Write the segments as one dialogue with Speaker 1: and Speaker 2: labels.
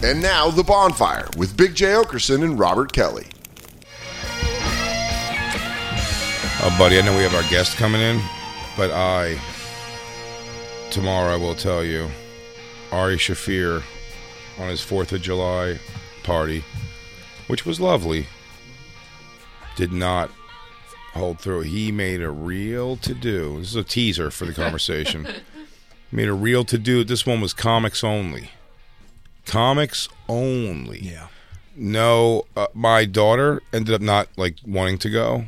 Speaker 1: And now The Bonfire with Big J. Okerson and Robert Kelly.
Speaker 2: Oh, buddy, I know we have our guest coming in, but I, tomorrow I will tell you, Ari Shafir on his 4th of July party, which was lovely, did not hold through. He made a real to do. This is a teaser for the conversation. made a real to do. This one was comics only. Comics only. No, uh, my daughter ended up not like wanting to go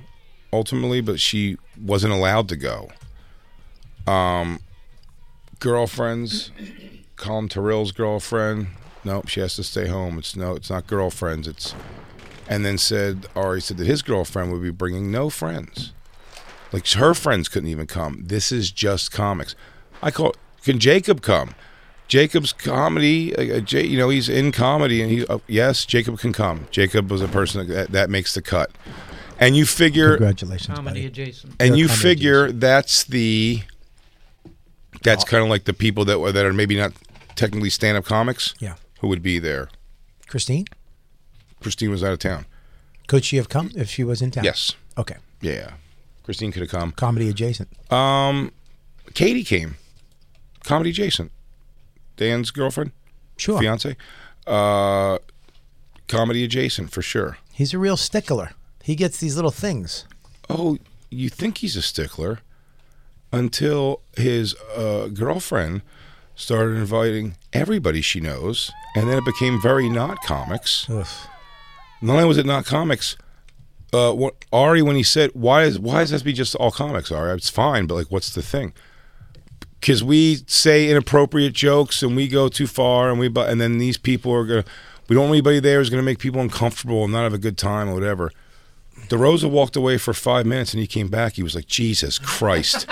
Speaker 2: ultimately, but she wasn't allowed to go. Um, girlfriends, Colin Terrell's girlfriend. Nope, she has to stay home. It's no, it's not girlfriends. It's, and then said Ari said that his girlfriend would be bringing no friends, like her friends couldn't even come. This is just comics. I call. Can Jacob come? Jacob's comedy, uh, uh, J, you know, he's in comedy, and he uh, yes, Jacob can come. Jacob was a person that, that makes the cut, and you figure,
Speaker 3: Congratulations.
Speaker 4: comedy
Speaker 3: buddy.
Speaker 4: adjacent.
Speaker 2: and you
Speaker 3: comedy
Speaker 2: figure that's the
Speaker 3: Uh,
Speaker 2: that's kind of like the people that were that are maybe not technically stand up comics,
Speaker 3: Yeah.
Speaker 2: who would be there.
Speaker 3: Christine,
Speaker 2: Christine was out of town.
Speaker 3: could she have come if she was in town?
Speaker 2: Yes,
Speaker 3: Okay.
Speaker 2: yeah, Christine could have come.
Speaker 3: Comedy adjacent.
Speaker 2: Katie came, comedy adjacent, Dan's girlfriend,
Speaker 3: Sure.
Speaker 2: fiance, uh, comedy adjacent for sure.
Speaker 3: He's a real stickler. He gets these little things.
Speaker 2: oh, you think he's a stickler until his uh, girlfriend started inviting everybody she knows, and then it became very not comics.
Speaker 3: Ugh.
Speaker 2: Not only was it not comics, uh, what, Ari when he said, "Why is why does it have to be just all comics?" Ari, it's fine, but like, what's the thing? Because we say inappropriate jokes and we go too far, and we bu- and then these people are gonna. We don't want anybody there who's gonna make people uncomfortable and not have a good time or whatever. DeRosa walked away for five minutes and he came back. He was like, Jesus Christ.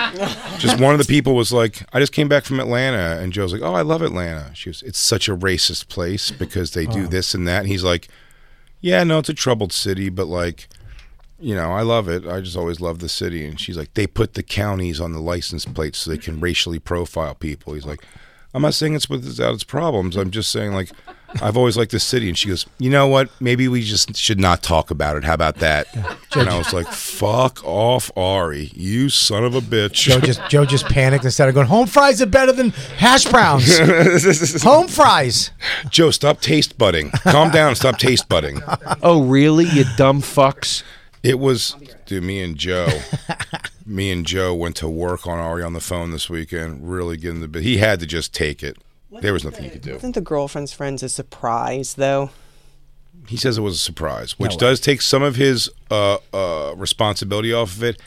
Speaker 2: just one of the people was like, I just came back from Atlanta. And Joe's like, Oh, I love Atlanta. She was, It's such a racist place because they do this and that. And he's like, Yeah, no, it's a troubled city, but like, you know, I love it. I just always love the city. And she's like, They put the counties on the license plates so they can racially profile people. He's like, I'm not saying it's without its problems. I'm just saying, like, I've always liked the city. And she goes, You know what? Maybe we just should not talk about it. How about that? And I was like, Fuck off, Ari. You son of a
Speaker 3: Joe
Speaker 2: bitch.
Speaker 3: just Joe just panicked and started going, Home fries are better than hash browns. Home fries.
Speaker 2: Joe, stop taste budding. Calm down. Stop taste budding.
Speaker 4: Oh, really? You dumb fucks.
Speaker 2: It was, dude, me and Joe. Me and Joe went to work on Ari on the phone this weekend, really getting the bit. He had to just take it. There was nothing he could do.
Speaker 5: Isn't the girlfriend's friends a surprise though?
Speaker 2: He says it was a surprise, which does take some of his uh, uh, responsibility off of it.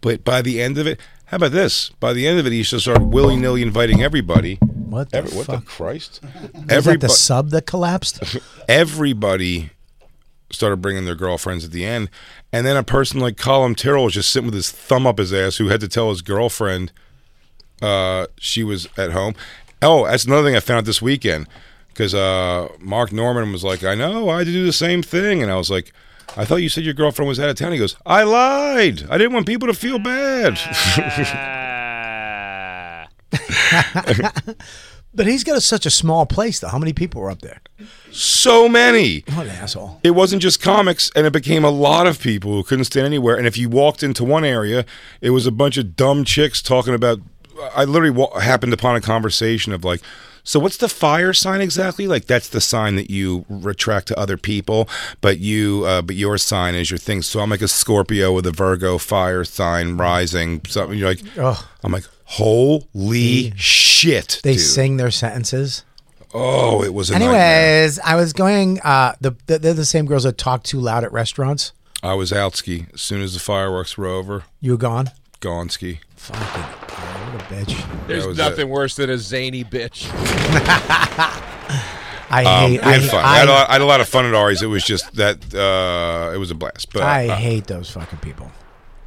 Speaker 2: But by the end of it, how about this? By the end of it, he just started willy nilly inviting everybody.
Speaker 3: What the
Speaker 2: Every, what the
Speaker 3: fuck?
Speaker 2: Christ?
Speaker 3: Is that the
Speaker 2: Everybody,
Speaker 3: sub that collapsed?
Speaker 2: everybody started bringing their girlfriends at the end. And then a person like Colin Terrell was just sitting with his thumb up his ass who had to tell his girlfriend uh, she was at home. Oh, that's another thing I found out this weekend. because uh, Mark Norman was like, I know, I had to do the same thing. And I was like, I thought you said your girlfriend was out of town. He goes, I lied. I didn't want people to feel bad.
Speaker 3: But he's got a, such a small place, though. How many people were up there?
Speaker 2: so many.
Speaker 3: What an asshole.
Speaker 2: It wasn't just comics, and it became a lot of people who couldn't stand anywhere. And if you walked into one area, it was a bunch of dumb chicks talking about. I literally wa- happened upon a conversation of like, so what's the fire sign exactly? Like that's the sign that you retract to other people, but you, uh, but your sign is your thing. So I'm like a Scorpio with a Virgo fire sign rising. Something you're like,
Speaker 3: Ugh.
Speaker 2: I'm like, holy shit!
Speaker 3: They
Speaker 2: dude.
Speaker 3: sing their sentences.
Speaker 2: Oh, it was a nightmare.
Speaker 3: Anyways, I was going. Uh, the the- they're the same girls that talk too loud at restaurants.
Speaker 2: I was out ski as soon as the fireworks were over.
Speaker 3: You were gone.
Speaker 2: Gone ski.
Speaker 3: Fucking what a bitch.
Speaker 2: That was
Speaker 4: There's
Speaker 2: nothing
Speaker 4: nothing worse than a zany bitch.
Speaker 3: I
Speaker 2: Um, we
Speaker 3: hate. I,
Speaker 2: had fun. I,
Speaker 3: I,
Speaker 2: had a lot, I had a lot of fun at Ari's. It was just that uh, it was a blast. But
Speaker 3: I
Speaker 2: uh,
Speaker 3: hate those fucking people.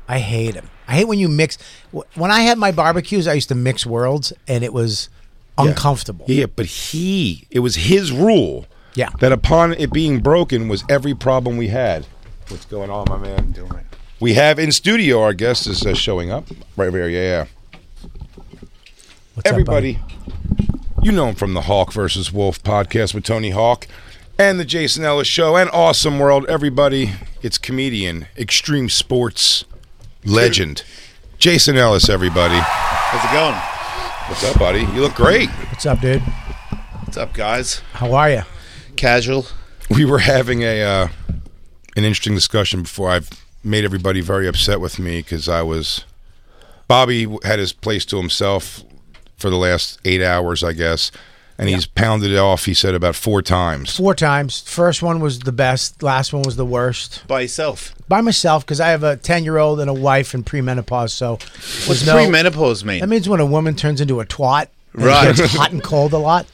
Speaker 3: I hate them. I hate when you mix. wh- When I had my barbecues, I used to mix worlds, and it was uncomfortable.
Speaker 2: yeah, but he it was his rule.
Speaker 3: Yeah.
Speaker 2: That upon it being broken was every problem we had. What's going on, my man? Doing right. We have in studio our guest is uh, showing up right here. Yeah, yeah.
Speaker 3: What's up, buddy?
Speaker 2: Everybody, you know him from the Hawk versus Wolf podcast with Tony Hawk and the Jason Ellis show and Awesome World. Everybody, it's comedian, extreme sports legend, Jason Ellis. Everybody.
Speaker 6: How's it going?
Speaker 2: What's up, buddy? You look great.
Speaker 3: What's up, dude?
Speaker 6: What's up, guys?
Speaker 3: How are you?
Speaker 6: Casual.
Speaker 2: We were having a uh, an interesting discussion before. I've made everybody very upset with me because I was Bobby had his place to himself for the last eight hours, I guess, and he's pounded it off. He said about four times.
Speaker 3: Four times. First one was the best. Last one was the worst.
Speaker 6: By yourself.
Speaker 3: By myself because I have a ten-year-old and a wife in premenopause. So
Speaker 6: What's
Speaker 3: there's no-
Speaker 6: premenopause mean?
Speaker 3: That means when a woman turns into a twat. and
Speaker 6: Right.
Speaker 3: Gets hot and cold a lot.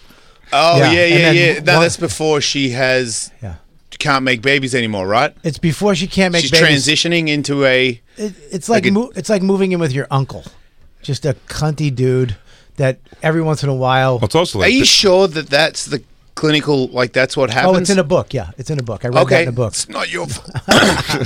Speaker 6: oh
Speaker 3: Yeah,
Speaker 6: yeah, yeah,
Speaker 3: and
Speaker 6: yeah.
Speaker 3: then
Speaker 6: No,
Speaker 3: one-
Speaker 6: that's before she has
Speaker 3: Yeah.
Speaker 6: can't make babies anymore, right?
Speaker 3: It's before she can't make
Speaker 6: She's
Speaker 3: babies.
Speaker 6: transitioning into a
Speaker 3: It, it's like,
Speaker 6: Like a-
Speaker 3: mo- it's like moving in with your uncle, just a cunty dude that every once in a while.
Speaker 2: Well, it's also
Speaker 6: Are
Speaker 2: like
Speaker 6: you sure that that's the clinical like that's what happens?
Speaker 3: Oh, it's in a book. Yeah, it's in a book. I read that
Speaker 6: Okay.
Speaker 3: in a book.
Speaker 6: It's not your fault.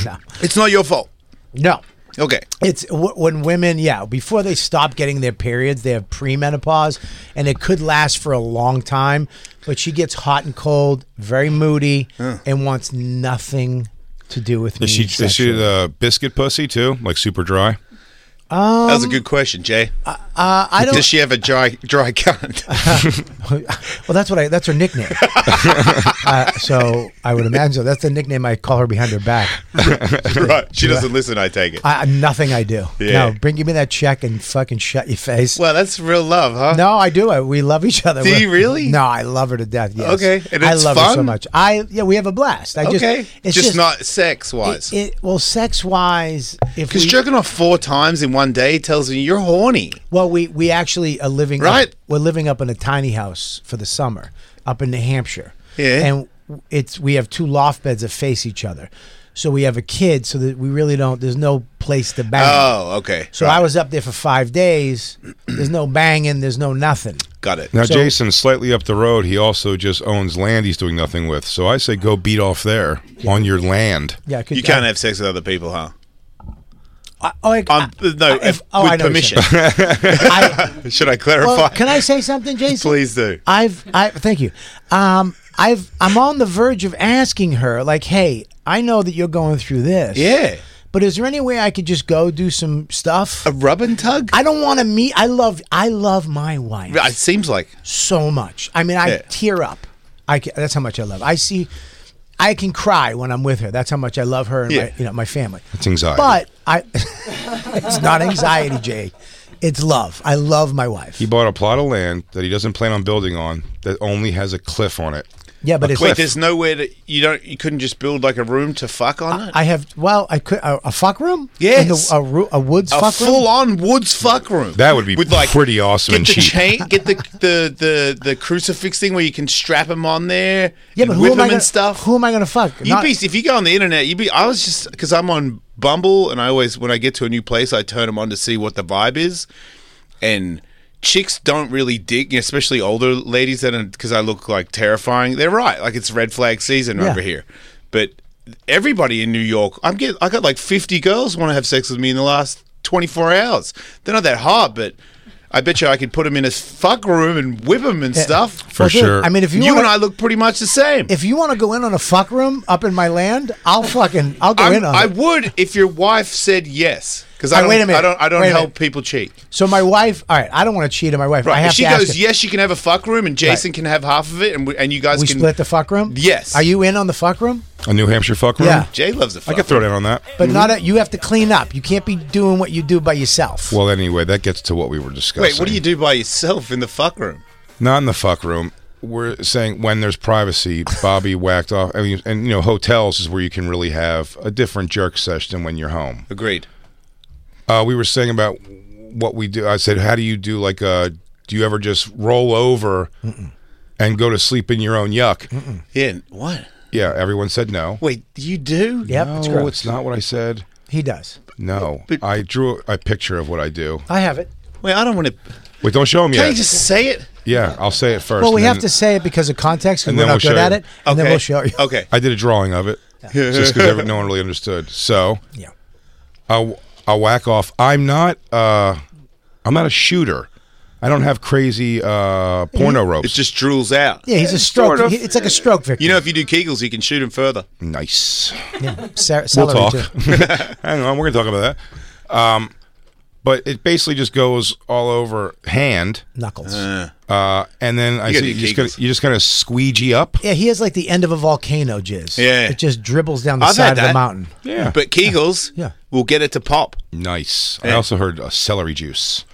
Speaker 3: no.
Speaker 6: it's not your fault.
Speaker 3: no,
Speaker 6: Okay.
Speaker 3: it's w- when women. Yeah, before they stop getting their periods, they have premenopause, and it could last for a long time. But she gets hot and cold, very moody, and wants nothing to do with me.
Speaker 2: is she
Speaker 6: uh,
Speaker 2: is she
Speaker 3: sexually.
Speaker 2: the biscuit pussy too? Like super dry.
Speaker 6: that was a good question, Jay.
Speaker 3: Uh, Um, I don't.
Speaker 6: Does she have a dry dry cunt?
Speaker 3: well, that's what I. That's her nickname. uh, so I would imagine so. That's the nickname I call her behind her back.
Speaker 6: right. She doesn't listen, I take it.
Speaker 3: I, nothing I do.
Speaker 6: Yeah.
Speaker 3: No, bring give me that check and fucking shut your face.
Speaker 6: well, that's real love, huh?
Speaker 3: no, I do. I, we love each other.
Speaker 6: Do
Speaker 3: We're-
Speaker 6: you really?
Speaker 3: No, I love her to death. Yes.
Speaker 6: Okay, and
Speaker 3: I
Speaker 6: it's
Speaker 3: love her so
Speaker 6: fun?
Speaker 3: much. I yeah, we have a blast. I just
Speaker 6: Okay.
Speaker 3: it's
Speaker 6: just, not sex
Speaker 3: It,
Speaker 6: wise.
Speaker 3: it- well, sex wise, if
Speaker 6: Because
Speaker 3: we,
Speaker 6: jerking off four times in one day tells me you're horny.
Speaker 3: well, we we actually are living up-
Speaker 6: Right.
Speaker 3: we're living up in a tiny house for the summer up in New Hampshire.
Speaker 6: Yeah.
Speaker 3: and it's we have two loft beds that face each other, so we have a kid so that we really don't. There's no place to bang.
Speaker 6: Oh, okay.
Speaker 3: So I was up there for five days. There's no banging. There's no nothing.
Speaker 6: Got it.
Speaker 2: Now Jason, slightly up the road, he also just owns land he's doing nothing with. So I say go beat off there on your land.
Speaker 3: Yeah, I could,
Speaker 6: you can't have sex with other people, huh?
Speaker 3: I, oh, I,
Speaker 6: Um, no,
Speaker 3: I- if-
Speaker 6: if-
Speaker 3: oh,
Speaker 6: with
Speaker 3: I know what you're
Speaker 6: permission.
Speaker 3: saying. I,
Speaker 6: Should I clarify?
Speaker 3: well, can I say something, Jason?
Speaker 6: Please do.
Speaker 3: I've I thank you. Um, I've I'm on the verge of asking her, like, hey, I know that you're going through this.
Speaker 6: Yeah.
Speaker 3: But is there any way I could just go do some stuff?
Speaker 6: A rub and tug?
Speaker 3: I don't want to meet. I love I love my wife
Speaker 6: it seems like.
Speaker 3: so much. I mean, I
Speaker 6: Yeah.
Speaker 3: tear up. I ca that's how much I love. I see. I can cry when I'm with her. That's how much I love her and
Speaker 6: Yeah.
Speaker 3: my, you know my family.
Speaker 2: It's anxiety.
Speaker 3: But I, it's not anxiety, Jay. It's love. I love my wife.
Speaker 2: He bought a plot of land that he doesn't plan on building on that only has a cliff on it.
Speaker 3: yeah, but it's
Speaker 6: Wait, there's nowhere that you don't. You couldn't just build like a room to fuck on it.
Speaker 3: I have well, I could a, a fuck room.
Speaker 6: Yes.
Speaker 3: In the- a, ru- a woods
Speaker 6: A
Speaker 3: fuck room.
Speaker 6: full-on woods fuck room.
Speaker 2: That would be pretty awesome
Speaker 6: Get
Speaker 2: and
Speaker 6: the
Speaker 2: cheap.
Speaker 6: chain, get the, the the the crucifix thing where you can strap him on there.
Speaker 3: yeah,
Speaker 6: and
Speaker 3: but who
Speaker 6: whip
Speaker 3: am
Speaker 6: him
Speaker 3: I gonna,
Speaker 6: and stuff.
Speaker 3: Who am I going to fuck?
Speaker 6: You'd
Speaker 3: Not-
Speaker 6: be if you go on the internet. You'd be. I was just because I'm on Bumble, and I always when I get to a new place, I turn them on to see what the vibe is, and chicks don't really dig, especially older ladies that because I look like terrifying. They're right. Like it's red flag season
Speaker 3: Yeah.
Speaker 6: over here, but everybody in New York, I'm getting. I got like 50 girls want to have sex with me in the last 24 hours. They're not that hard, but. I bet you I could put them in a fuck room and whip them and stuff.
Speaker 2: For
Speaker 3: Well, dude,
Speaker 2: sure.
Speaker 3: I mean, if you,
Speaker 6: you
Speaker 3: wanna,
Speaker 6: and I look pretty much the same.
Speaker 3: if you want to go in on a fuck room up in my land, I'll fucking I'll go
Speaker 6: I'm-
Speaker 3: in on
Speaker 6: I
Speaker 3: it.
Speaker 6: would if your wife said yes, because
Speaker 3: Now,
Speaker 6: I don't.
Speaker 3: wait a minute.
Speaker 6: I don't. I don't
Speaker 3: Wait a
Speaker 6: help
Speaker 3: minute.
Speaker 6: people cheat.
Speaker 3: So my wife, all right, I don't want to cheat on my wife. I
Speaker 6: Right.
Speaker 3: have
Speaker 6: If she
Speaker 3: to ask
Speaker 6: goes
Speaker 3: her,
Speaker 6: yes, you can have a fuck room, and Jason can have half of it, and we, and you guys
Speaker 3: we
Speaker 6: can
Speaker 3: split the fuck room.
Speaker 6: Yes.
Speaker 3: Are you in on the fuck room?
Speaker 2: A New Hampshire fuck room?
Speaker 3: Yeah.
Speaker 6: Jay loves a
Speaker 2: I
Speaker 6: fuck.
Speaker 2: could throw down on that.
Speaker 3: But not a, you have to clean up. You can't be doing what you do by yourself.
Speaker 2: Well, anyway, that gets to what we were discussing.
Speaker 6: Wait, what do you do by yourself in the fuck room?
Speaker 2: Not in the fuck room. We're saying when there's privacy, Bobby whacked off. I mean, and you know, hotels is where you can really have a different jerk session than when you're home.
Speaker 6: Agreed.
Speaker 2: Uh, we were saying about what we do. I said, how do you do like uh Do you ever just roll over and go to sleep in your own yuck?
Speaker 6: Yeah. What?
Speaker 2: Yeah, everyone said no.
Speaker 6: Wait, you do?
Speaker 3: yep, it's
Speaker 2: no,
Speaker 3: gross.
Speaker 2: it's not what I said.
Speaker 3: He does.
Speaker 2: No,
Speaker 6: But-
Speaker 2: I drew a picture of what I do.
Speaker 3: I have it.
Speaker 6: Wait, I don't want to.
Speaker 2: Wait, don't show them
Speaker 6: Can
Speaker 2: yet.
Speaker 6: you just say it?
Speaker 2: yeah, I'll say it first.
Speaker 3: Well, we
Speaker 2: and
Speaker 3: have
Speaker 2: then-
Speaker 3: to say it because of context, and
Speaker 2: and
Speaker 3: we're
Speaker 2: then
Speaker 3: not
Speaker 2: we'll
Speaker 3: good
Speaker 2: show
Speaker 3: at
Speaker 2: you.
Speaker 3: it. And then we'll show you.
Speaker 6: Okay.
Speaker 2: I did a drawing of it just because no one really understood. So
Speaker 3: Yeah.
Speaker 2: I'll, I'll whack off. I'm not. Uh, I'm not a shooter. I don't have crazy uh, porno ropes.
Speaker 6: It just drools out.
Speaker 3: Yeah, he's a stroke. he- It's like a stroke victim.
Speaker 6: You know, if you do Kegels, you can shoot him further.
Speaker 2: nice.
Speaker 3: yeah. Sa-
Speaker 2: We'll
Speaker 3: celery
Speaker 2: talk.
Speaker 3: too.
Speaker 2: I don't know. We're gonna talk about that. Um, but it basically just goes all over hand,
Speaker 3: Knuckles.
Speaker 2: uh, and then I
Speaker 6: gotta
Speaker 2: see
Speaker 6: do
Speaker 2: you just, gonna,
Speaker 6: Kegels.
Speaker 2: you just kind of squeegee up.
Speaker 3: yeah, he has like the end of a volcano jizz.
Speaker 6: Yeah.
Speaker 3: It just dribbles down the
Speaker 6: I've
Speaker 3: side
Speaker 6: had
Speaker 3: of the
Speaker 6: that.
Speaker 3: mountain.
Speaker 2: Yeah. Uh,
Speaker 6: But Kegels
Speaker 3: Yeah.
Speaker 6: will get it to pop.
Speaker 2: Nice. I
Speaker 6: Yeah.
Speaker 2: also heard uh, celery juice.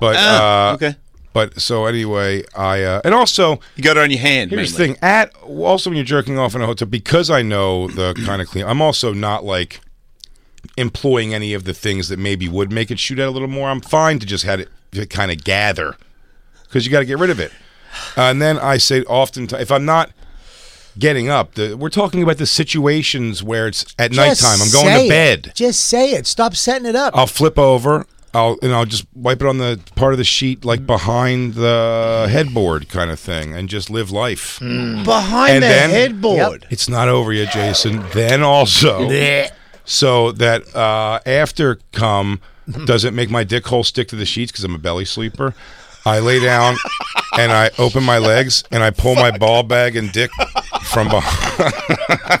Speaker 2: But
Speaker 6: Ah,
Speaker 2: uh,
Speaker 6: okay.
Speaker 2: But so anyway, I uh, and also
Speaker 6: You got it on your hand.
Speaker 2: here's the
Speaker 6: mainly.
Speaker 2: thing. At also when you're jerking off in a hotel, because I know the kind of clean, I'm also not like employing any of the things that maybe would make it shoot out a little more. I'm fine to just had it to kind of gather because you got to get rid of it. Uh, and then I say often if I'm not getting up, the, we're talking about the situations where it's at
Speaker 3: Just
Speaker 2: nighttime. I'm going
Speaker 3: say
Speaker 2: to
Speaker 3: it.
Speaker 2: bed. Uh,
Speaker 3: Just say it. Stop setting it up.
Speaker 2: I'll flip over. I'll and I'll just wipe it on the part of the sheet like behind the headboard kind of thing, and just live life.
Speaker 6: behind
Speaker 2: And
Speaker 6: the
Speaker 2: then-
Speaker 6: headboard.
Speaker 2: It's not over yet, Jason. Then also, so that uh, after come doesn't make my dick hole stick to the sheets because I'm a belly sleeper. I lay down and I open my legs and I pull my ball bag and dick from behind,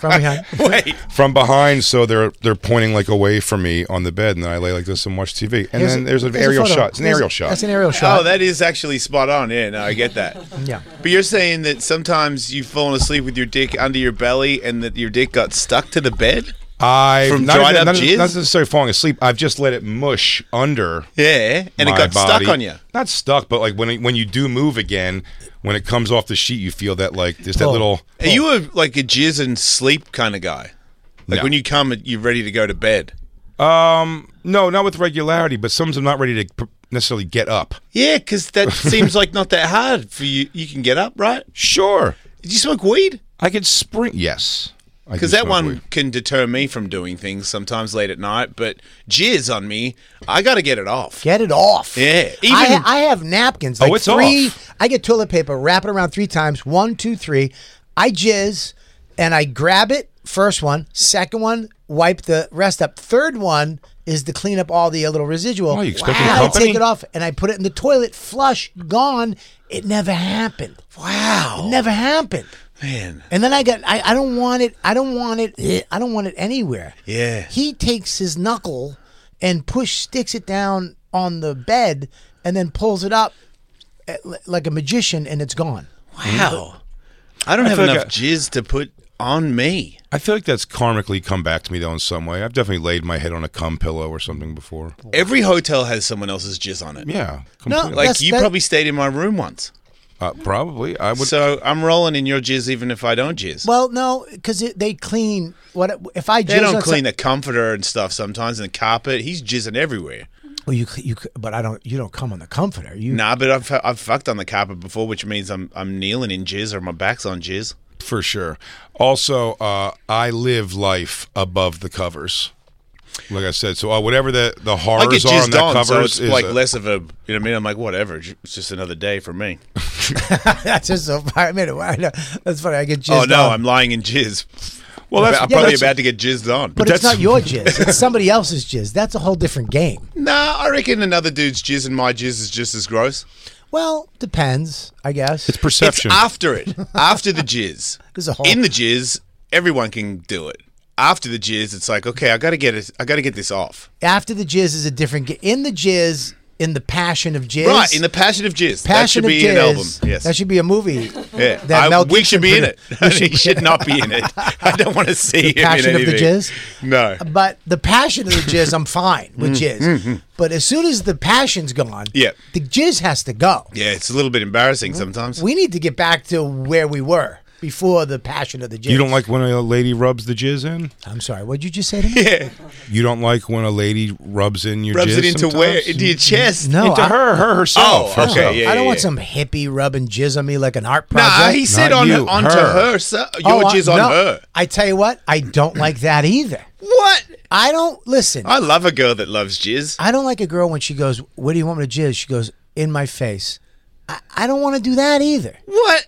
Speaker 3: from behind.
Speaker 6: Wait.
Speaker 2: from behind, so they're they're pointing like away from me on the bed, and then I lay like this and watch TV. And
Speaker 3: Here's
Speaker 2: then
Speaker 3: a-
Speaker 2: there's an
Speaker 3: here's a
Speaker 2: aerial
Speaker 3: photo.
Speaker 2: shot. It's an
Speaker 3: Here's a-
Speaker 2: aerial shot.
Speaker 3: That's an aerial shot.
Speaker 6: Oh, that is actually spot on. Yeah, no, I get that.
Speaker 3: Yeah.
Speaker 6: But you're saying that sometimes you've fallen asleep with your dick under your belly and that your dick got stuck to the bed?
Speaker 2: I
Speaker 6: From
Speaker 2: not
Speaker 6: dried
Speaker 2: even-
Speaker 6: up
Speaker 2: not,
Speaker 6: jizz?
Speaker 2: not necessarily falling asleep. I've just let it mush under.
Speaker 6: Yeah, and
Speaker 2: my
Speaker 6: it got
Speaker 2: body.
Speaker 6: stuck on you.
Speaker 2: Not stuck, but like when it, when you do move again, when it comes off the sheet, you feel that like there's that
Speaker 3: Pull.
Speaker 2: little.
Speaker 6: Are you a, like a jizz and sleep kind of guy? Like
Speaker 2: No.
Speaker 6: when you come, you're ready to go to bed.
Speaker 2: Um, no, not with regularity, but sometimes I'm not ready to pr- necessarily get up.
Speaker 6: Yeah, because that seems like not that hard for you. You can get up, right?
Speaker 2: Sure,
Speaker 6: Did you smoke weed?
Speaker 2: I could spring. Yes, I
Speaker 6: Because
Speaker 2: do
Speaker 6: that
Speaker 2: smoke
Speaker 6: one
Speaker 2: weed.
Speaker 6: can deter me from doing things sometimes late at night. But jizz on me, I got to get it off.
Speaker 3: Get it off.
Speaker 6: Yeah, even-
Speaker 3: I, ha- I have napkins. Like
Speaker 2: Oh, it's
Speaker 3: three,
Speaker 2: off.
Speaker 3: I get toilet paper, wrap it around three times. One, two, three. I jizz and I grab it. First one, second one, wipe the rest up. Third one is to clean up all the little residual.
Speaker 2: Oh, you expecting
Speaker 3: And I
Speaker 2: company?
Speaker 3: take it off and I put it in the toilet. Flush, gone. It never happened.
Speaker 6: Wow.
Speaker 2: Oh.
Speaker 3: It never happened.
Speaker 6: Man.
Speaker 3: And then I got I, I don't want it I don't want it eh, I don't want it anywhere.
Speaker 6: Yeah.
Speaker 3: He takes his knuckle and push sticks it down on the bed and then pulls it up eh, li- like a magician and it's gone.
Speaker 6: Wow. I don't have
Speaker 2: feel
Speaker 6: enough
Speaker 2: like I-
Speaker 6: jizz to put on me.
Speaker 2: I feel like that's karmically come back to me though in some way. I've definitely laid my head on a cum pillow or something before.
Speaker 6: Every hotel has someone else's jizz on it.
Speaker 2: Yeah,
Speaker 3: No,
Speaker 2: completely.
Speaker 6: Like
Speaker 3: That's-
Speaker 6: you
Speaker 3: that-
Speaker 6: probably stayed in my room once.
Speaker 2: uh, probably I would.
Speaker 6: so I'm rolling in your jizz even if I don't jizz.
Speaker 3: Well, no, cuz they clean what if I
Speaker 6: they
Speaker 3: jizz
Speaker 6: don't
Speaker 3: on
Speaker 6: clean
Speaker 3: some-
Speaker 6: the comforter and stuff sometimes and the carpet. He's jizzing everywhere.
Speaker 3: Well, you cl- you cl- but I don't you don't come on the comforter. You
Speaker 6: Nah, but I've I've fucked on the carpet before, which means I'm I'm kneeling in jizz or my back's on jizz.
Speaker 2: for sure. Also, uh, I live life above the covers. Like I said, so uh, whatever the the
Speaker 6: I get
Speaker 2: horrors are on
Speaker 6: jizzed
Speaker 2: that
Speaker 6: on,
Speaker 2: covers
Speaker 6: so it's
Speaker 2: is
Speaker 6: like
Speaker 2: a-
Speaker 6: less of a. You know what I mean? I'm like, whatever. j- It's just another day for me.
Speaker 3: That's just so far. I mean, why- no, that's funny. I get jizzed
Speaker 6: oh no,
Speaker 3: on.
Speaker 6: I'm lying in jizz.
Speaker 2: Well,
Speaker 6: I'm
Speaker 2: that's-
Speaker 6: about-
Speaker 2: yeah,
Speaker 6: I'm probably
Speaker 2: that's-
Speaker 6: about to get jizzed on.
Speaker 3: but it's
Speaker 2: that's-
Speaker 3: not your jizz. It's somebody else's jizz. That's a whole different game.
Speaker 6: nah, I reckon another dude's jizz and my jizz is just as gross.
Speaker 3: Well, depends, I guess.
Speaker 2: it's perception.
Speaker 6: It's after it, after the jizz.
Speaker 3: There's a whole-
Speaker 6: In the jizz, everyone can do it. After the jizz, it's like, okay, I gotta get it. I gotta get this off.
Speaker 3: After the jizz is a different game. In the jizz, in the passion of jizz.
Speaker 6: Right in the passion of jizz. that
Speaker 3: passion
Speaker 6: should be
Speaker 3: of jizz.
Speaker 6: an album. Yes,
Speaker 3: That should be a movie.
Speaker 6: Yeah,
Speaker 3: That
Speaker 6: I-
Speaker 3: Mel
Speaker 6: we
Speaker 3: Gibson
Speaker 6: should be in it.
Speaker 3: produced. We
Speaker 6: he should not be in it. I don't want to see him in
Speaker 3: Passion of the
Speaker 6: anything.
Speaker 3: Jizz?
Speaker 6: No,
Speaker 3: But the passion of the jizz, I'm fine with jizz. But as soon as the passion's gone,
Speaker 6: Mm, Yeah.
Speaker 3: the jizz has to go.
Speaker 6: yeah, it's a little bit embarrassing sometimes.
Speaker 3: We need to get back to where we were before the passion of the jizz.
Speaker 2: you don't like when a lady rubs the jizz in.
Speaker 3: I'm sorry. What did you just say to me?
Speaker 2: You don't like when a lady rubs in your
Speaker 6: Rubs
Speaker 2: jizz
Speaker 6: it into where
Speaker 2: sometimes? Oh,
Speaker 6: into your chest.
Speaker 3: No,
Speaker 2: into
Speaker 3: I-
Speaker 2: her, her herself.
Speaker 6: Oh, okay,
Speaker 2: herself.
Speaker 6: yeah.
Speaker 3: I don't want some hippie rubbing jizz on me like an art project.
Speaker 6: Nah, he said
Speaker 2: Not
Speaker 6: on
Speaker 2: you,
Speaker 6: onto
Speaker 2: her.
Speaker 6: her. so- your
Speaker 3: Oh, I-
Speaker 6: jizz on
Speaker 3: no.
Speaker 6: her.
Speaker 3: I tell you what, I don't like that either.
Speaker 6: What?
Speaker 3: I don't listen. I,
Speaker 6: I love a girl that loves jizz.
Speaker 3: don't like a girl when she goes, "Where do you want me to jizz?" She goes, "In my face." I, I don't want to do that either.
Speaker 6: What?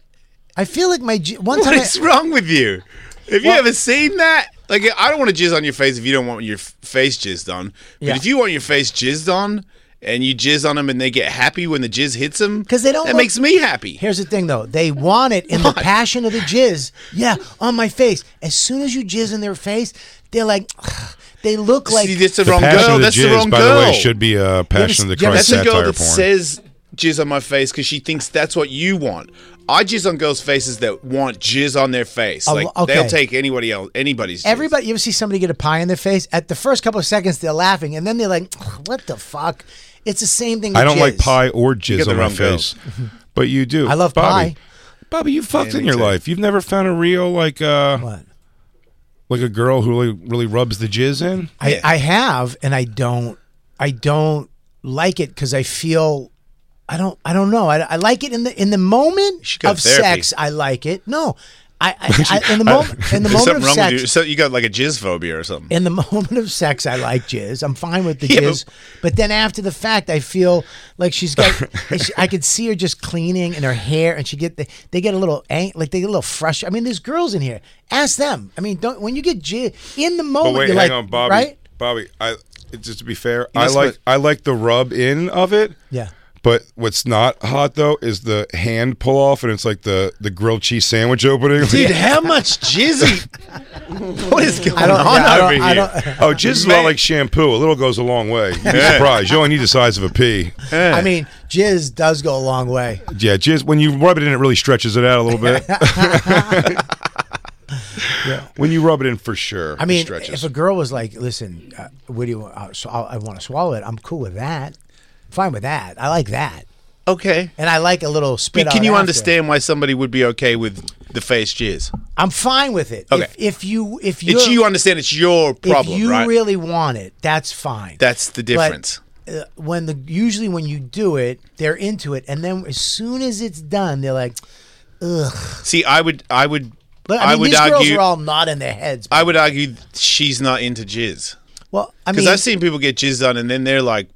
Speaker 3: I feel like my ji- one
Speaker 6: What
Speaker 3: time. I-
Speaker 6: is wrong with you? Have you ever seen that? Like, I don't want to jizz on your face if you don't want your f- face jizzed on. But
Speaker 3: Yeah.
Speaker 6: if you want your face jizzed on and you jizz on them and they get happy when the jizz hits them,
Speaker 3: 'Cause they don't
Speaker 6: That
Speaker 3: want-
Speaker 6: makes me happy.
Speaker 3: Here's the thing, though. They want it in the passion of the jizz. Yeah, on my face. As soon as you jizz in their face, they're like, "Ugh." they look like.
Speaker 6: See, that's the,
Speaker 2: The
Speaker 6: wrong
Speaker 2: Passion
Speaker 6: girl.
Speaker 2: of the
Speaker 6: That's
Speaker 2: jizz,
Speaker 6: the wrong
Speaker 2: by
Speaker 6: girl.
Speaker 2: the way, should be a Passion of the
Speaker 3: you ever
Speaker 2: Christ
Speaker 6: that's
Speaker 3: seen
Speaker 6: the girl
Speaker 2: satire porn.
Speaker 6: that says jizz on my face because she thinks that's what you want. I jizz on girls' faces that want jizz on their face.
Speaker 3: Oh,
Speaker 6: Like
Speaker 3: okay.
Speaker 6: they'll take anybody else, anybody's. jizz.
Speaker 3: Everybody, you ever see somebody get a pie in their face? At the first couple of seconds, they're laughing, and then they're like, "Ugh, "What the fuck?" It's the same thing. With
Speaker 2: I don't like
Speaker 3: jizz.
Speaker 2: pie or jizz
Speaker 6: get
Speaker 2: on
Speaker 6: the
Speaker 2: my
Speaker 6: wrong
Speaker 2: face, but you do.
Speaker 3: I love
Speaker 2: Bobby,
Speaker 3: pie.
Speaker 2: Bobby, you fucked
Speaker 6: me
Speaker 2: in your
Speaker 6: too.
Speaker 2: life. You've never found a real like uh
Speaker 3: What?
Speaker 2: like a girl who really, really rubs the jizz in.
Speaker 3: I, I have, and I don't. I don't like it because I feel. I don't. I don't know. I, I like it in the in the moment
Speaker 6: should go to
Speaker 3: of
Speaker 6: therapy.
Speaker 3: sex. I like it. No, I, I, I in the moment in the moment
Speaker 6: There's something
Speaker 3: of
Speaker 6: wrong
Speaker 3: sex.
Speaker 6: with you. So you got like a jizz phobia or something.
Speaker 3: in the moment of sex, I like jizz. I'm fine with the
Speaker 6: Yeah, but-
Speaker 3: jizz, but, then after the fact, I feel like she's got. she- I could see her just cleaning and her hair, and she get the, they get a little ang- like they get a little frustrated. I mean, there's girls in here. Ask them. I mean, don't when you get jizz in the moment.
Speaker 2: But wait,
Speaker 3: you're
Speaker 2: hang
Speaker 3: like,
Speaker 2: on, Bobby.
Speaker 3: Right?
Speaker 2: Bobby, I just to be fair, I
Speaker 6: That's
Speaker 2: like
Speaker 6: what-
Speaker 2: I like the rub in of it.
Speaker 3: Yeah.
Speaker 2: But what's not hot though is the hand pull off, and it's like the the grilled cheese sandwich opening.
Speaker 6: Dude, how much jizzy? what is going
Speaker 3: I don't.
Speaker 6: on
Speaker 3: yeah, I
Speaker 6: over
Speaker 3: don't, I
Speaker 6: here?
Speaker 3: don't-
Speaker 2: oh, jizz is a lot like shampoo. A little goes a long way. You'd be surprised. You only need the size of a pea.
Speaker 3: I mean, jizz does go a long way.
Speaker 2: Yeah, jizz. When you rub it in, it really stretches it out a little bit. yeah. When you rub it in, for sure.
Speaker 3: I mean,
Speaker 2: it stretches.
Speaker 3: if a girl was like, "Listen, uh, what do you want? Uh, so I, I want to swallow it. I'm cool with that. Fine with that. I like that,
Speaker 6: Okay.
Speaker 3: and I like a little spit."
Speaker 6: But can
Speaker 3: out
Speaker 6: you
Speaker 3: after.
Speaker 6: understand why somebody would be okay with the face jizz?
Speaker 3: I'm fine with it.
Speaker 6: Okay.
Speaker 3: If, if you if you
Speaker 6: It's you understand it's your problem,
Speaker 3: if you
Speaker 6: right?
Speaker 3: really want it, that's fine.
Speaker 6: That's the
Speaker 3: But,
Speaker 6: difference.
Speaker 3: uh, when the usually when you do it, they're into it, and then as soon as it's done, they're like,
Speaker 6: See, I would, I would,
Speaker 3: but I,
Speaker 6: I,
Speaker 3: mean,
Speaker 6: would
Speaker 3: these girls
Speaker 6: argue,
Speaker 3: are all nodding their heads.
Speaker 6: I would argue she's not into jizz
Speaker 3: well, I
Speaker 6: because
Speaker 3: mean,
Speaker 6: I've seen people get jizz on and then they're like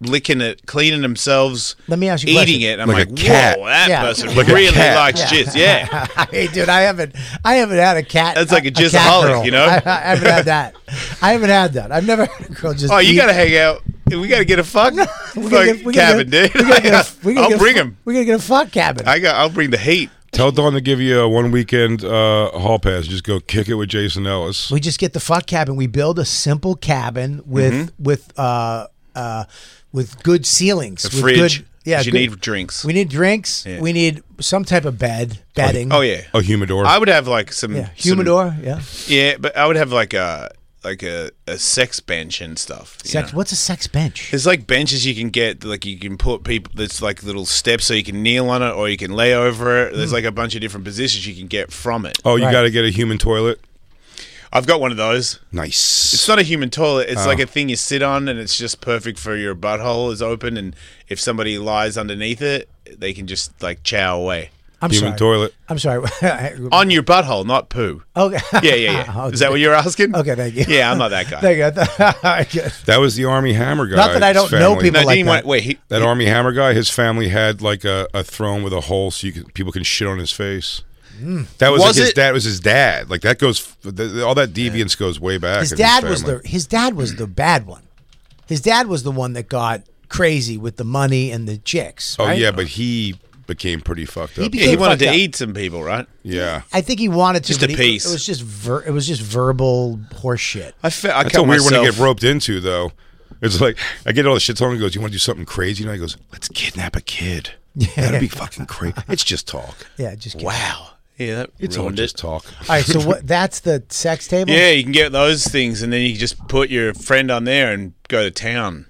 Speaker 6: licking it, cleaning themselves,
Speaker 3: Let me ask you a
Speaker 6: eating
Speaker 3: question.
Speaker 6: it. I'm
Speaker 2: Like
Speaker 6: like,
Speaker 2: a cat.
Speaker 6: whoa, that
Speaker 3: Yeah.
Speaker 6: person
Speaker 2: Like a
Speaker 6: really
Speaker 2: cat.
Speaker 6: likes jizz. Yeah,
Speaker 3: hey, dude, I haven't, I haven't had a cat.
Speaker 6: That's like a
Speaker 3: cat
Speaker 6: jizzaholic,
Speaker 3: girl.
Speaker 6: you know?
Speaker 3: I, I haven't had that. I haven't had that. I've never had a girl just.
Speaker 6: Oh, you
Speaker 3: eat-
Speaker 6: gotta hang out. We gotta get a fuck.
Speaker 3: We're gonna
Speaker 6: fuck
Speaker 3: get- we're gonna
Speaker 6: cabin,
Speaker 3: get-
Speaker 6: dude.
Speaker 3: we're gonna get a- we're gonna get
Speaker 6: I'll
Speaker 3: a
Speaker 6: bring
Speaker 3: fu-
Speaker 6: him.
Speaker 3: We're gonna get a fuck cabin.
Speaker 6: I got. I'll bring the hate.
Speaker 2: Tell Dawn to give you a one weekend uh, hall pass. Just go kick it with Jason Ellis.
Speaker 3: We just get the fuck cabin. We build a simple cabin with
Speaker 6: Mm-hmm.
Speaker 3: with uh uh with good ceilings.
Speaker 6: A
Speaker 3: with
Speaker 6: fridge.
Speaker 3: Good, yeah,
Speaker 6: 'cause you
Speaker 3: good-
Speaker 6: need drinks.
Speaker 3: We need drinks.
Speaker 6: Yeah.
Speaker 3: We need some type of bed, bedding.
Speaker 6: oh yeah.
Speaker 2: A humidor.
Speaker 6: I would have like some
Speaker 3: yeah,
Speaker 6: some-
Speaker 3: humidor. yeah,
Speaker 6: yeah, but I would have like a like a, a sex bench and stuff. you
Speaker 3: sex.
Speaker 6: know?
Speaker 3: What's a sex bench?
Speaker 6: There's like benches you can get, like you can put people. There's like little steps so you can kneel on it or you can lay over it. There's
Speaker 3: Hmm.
Speaker 6: like a bunch of different positions you can get from it.
Speaker 2: oh, you
Speaker 3: Right.
Speaker 2: got to get a human toilet.
Speaker 6: I've got one of those.
Speaker 2: Nice.
Speaker 6: It's not a human toilet. It's
Speaker 2: Oh.
Speaker 6: like a thing you sit on, and it's just perfect for your butthole is open, and if somebody lies underneath it, they can just like chow away.
Speaker 3: I'm
Speaker 2: Human
Speaker 3: sorry.
Speaker 2: toilet.
Speaker 3: I'm sorry.
Speaker 6: On your butthole, not poo.
Speaker 2: Oh.
Speaker 3: okay.
Speaker 6: Oh. Yeah, yeah, yeah. Is that what you're asking?
Speaker 3: Okay, thank you.
Speaker 6: Yeah, I'm not that guy.
Speaker 3: There you go. All right, good.
Speaker 2: That was the Army Hammer guy.
Speaker 3: Not that I don't
Speaker 2: His
Speaker 3: know
Speaker 2: family-
Speaker 3: people
Speaker 6: No,
Speaker 3: like
Speaker 6: didn't
Speaker 3: that.
Speaker 6: want- wait, he,
Speaker 2: That Army Hammer guy, his family had like a, a throne with a hole so you can, people can shit on his face.
Speaker 3: Hmm.
Speaker 2: That was, like
Speaker 6: Was
Speaker 2: his
Speaker 6: it-
Speaker 2: dad. Was his dad like that? Goes f- th- th- all that deviance goes way back.
Speaker 3: His
Speaker 2: in
Speaker 3: dad was
Speaker 2: family.
Speaker 3: the his dad was the bad one. His dad was the one that got crazy with the money and the chicks.
Speaker 2: Oh
Speaker 3: right?
Speaker 2: yeah, but he became pretty fucked
Speaker 3: He
Speaker 2: up.
Speaker 3: became-
Speaker 6: yeah, he wanted to
Speaker 3: fucked up.
Speaker 6: eat some people, right?
Speaker 2: yeah,
Speaker 3: I think he wanted to.
Speaker 6: Just a
Speaker 3: but he-
Speaker 6: piece.
Speaker 3: It was just ver- it was just verbal horseshit.
Speaker 6: I fe- I
Speaker 2: that's a
Speaker 6: cut
Speaker 2: weird one to
Speaker 6: myself-
Speaker 2: get roped into though. It's like I get all the shit on. He goes, "You want to do something crazy?" And I goes, "Let's kidnap a kid. That'd be fucking crazy. It's just talk.
Speaker 3: Yeah, just kidding.
Speaker 6: Wow. Yeah, that
Speaker 2: It's all
Speaker 6: ruined
Speaker 2: just
Speaker 6: it.
Speaker 2: talk."
Speaker 3: All right, so what? That's the sex table.
Speaker 6: Yeah, you can get those things, and then you just put your friend on there and go to town.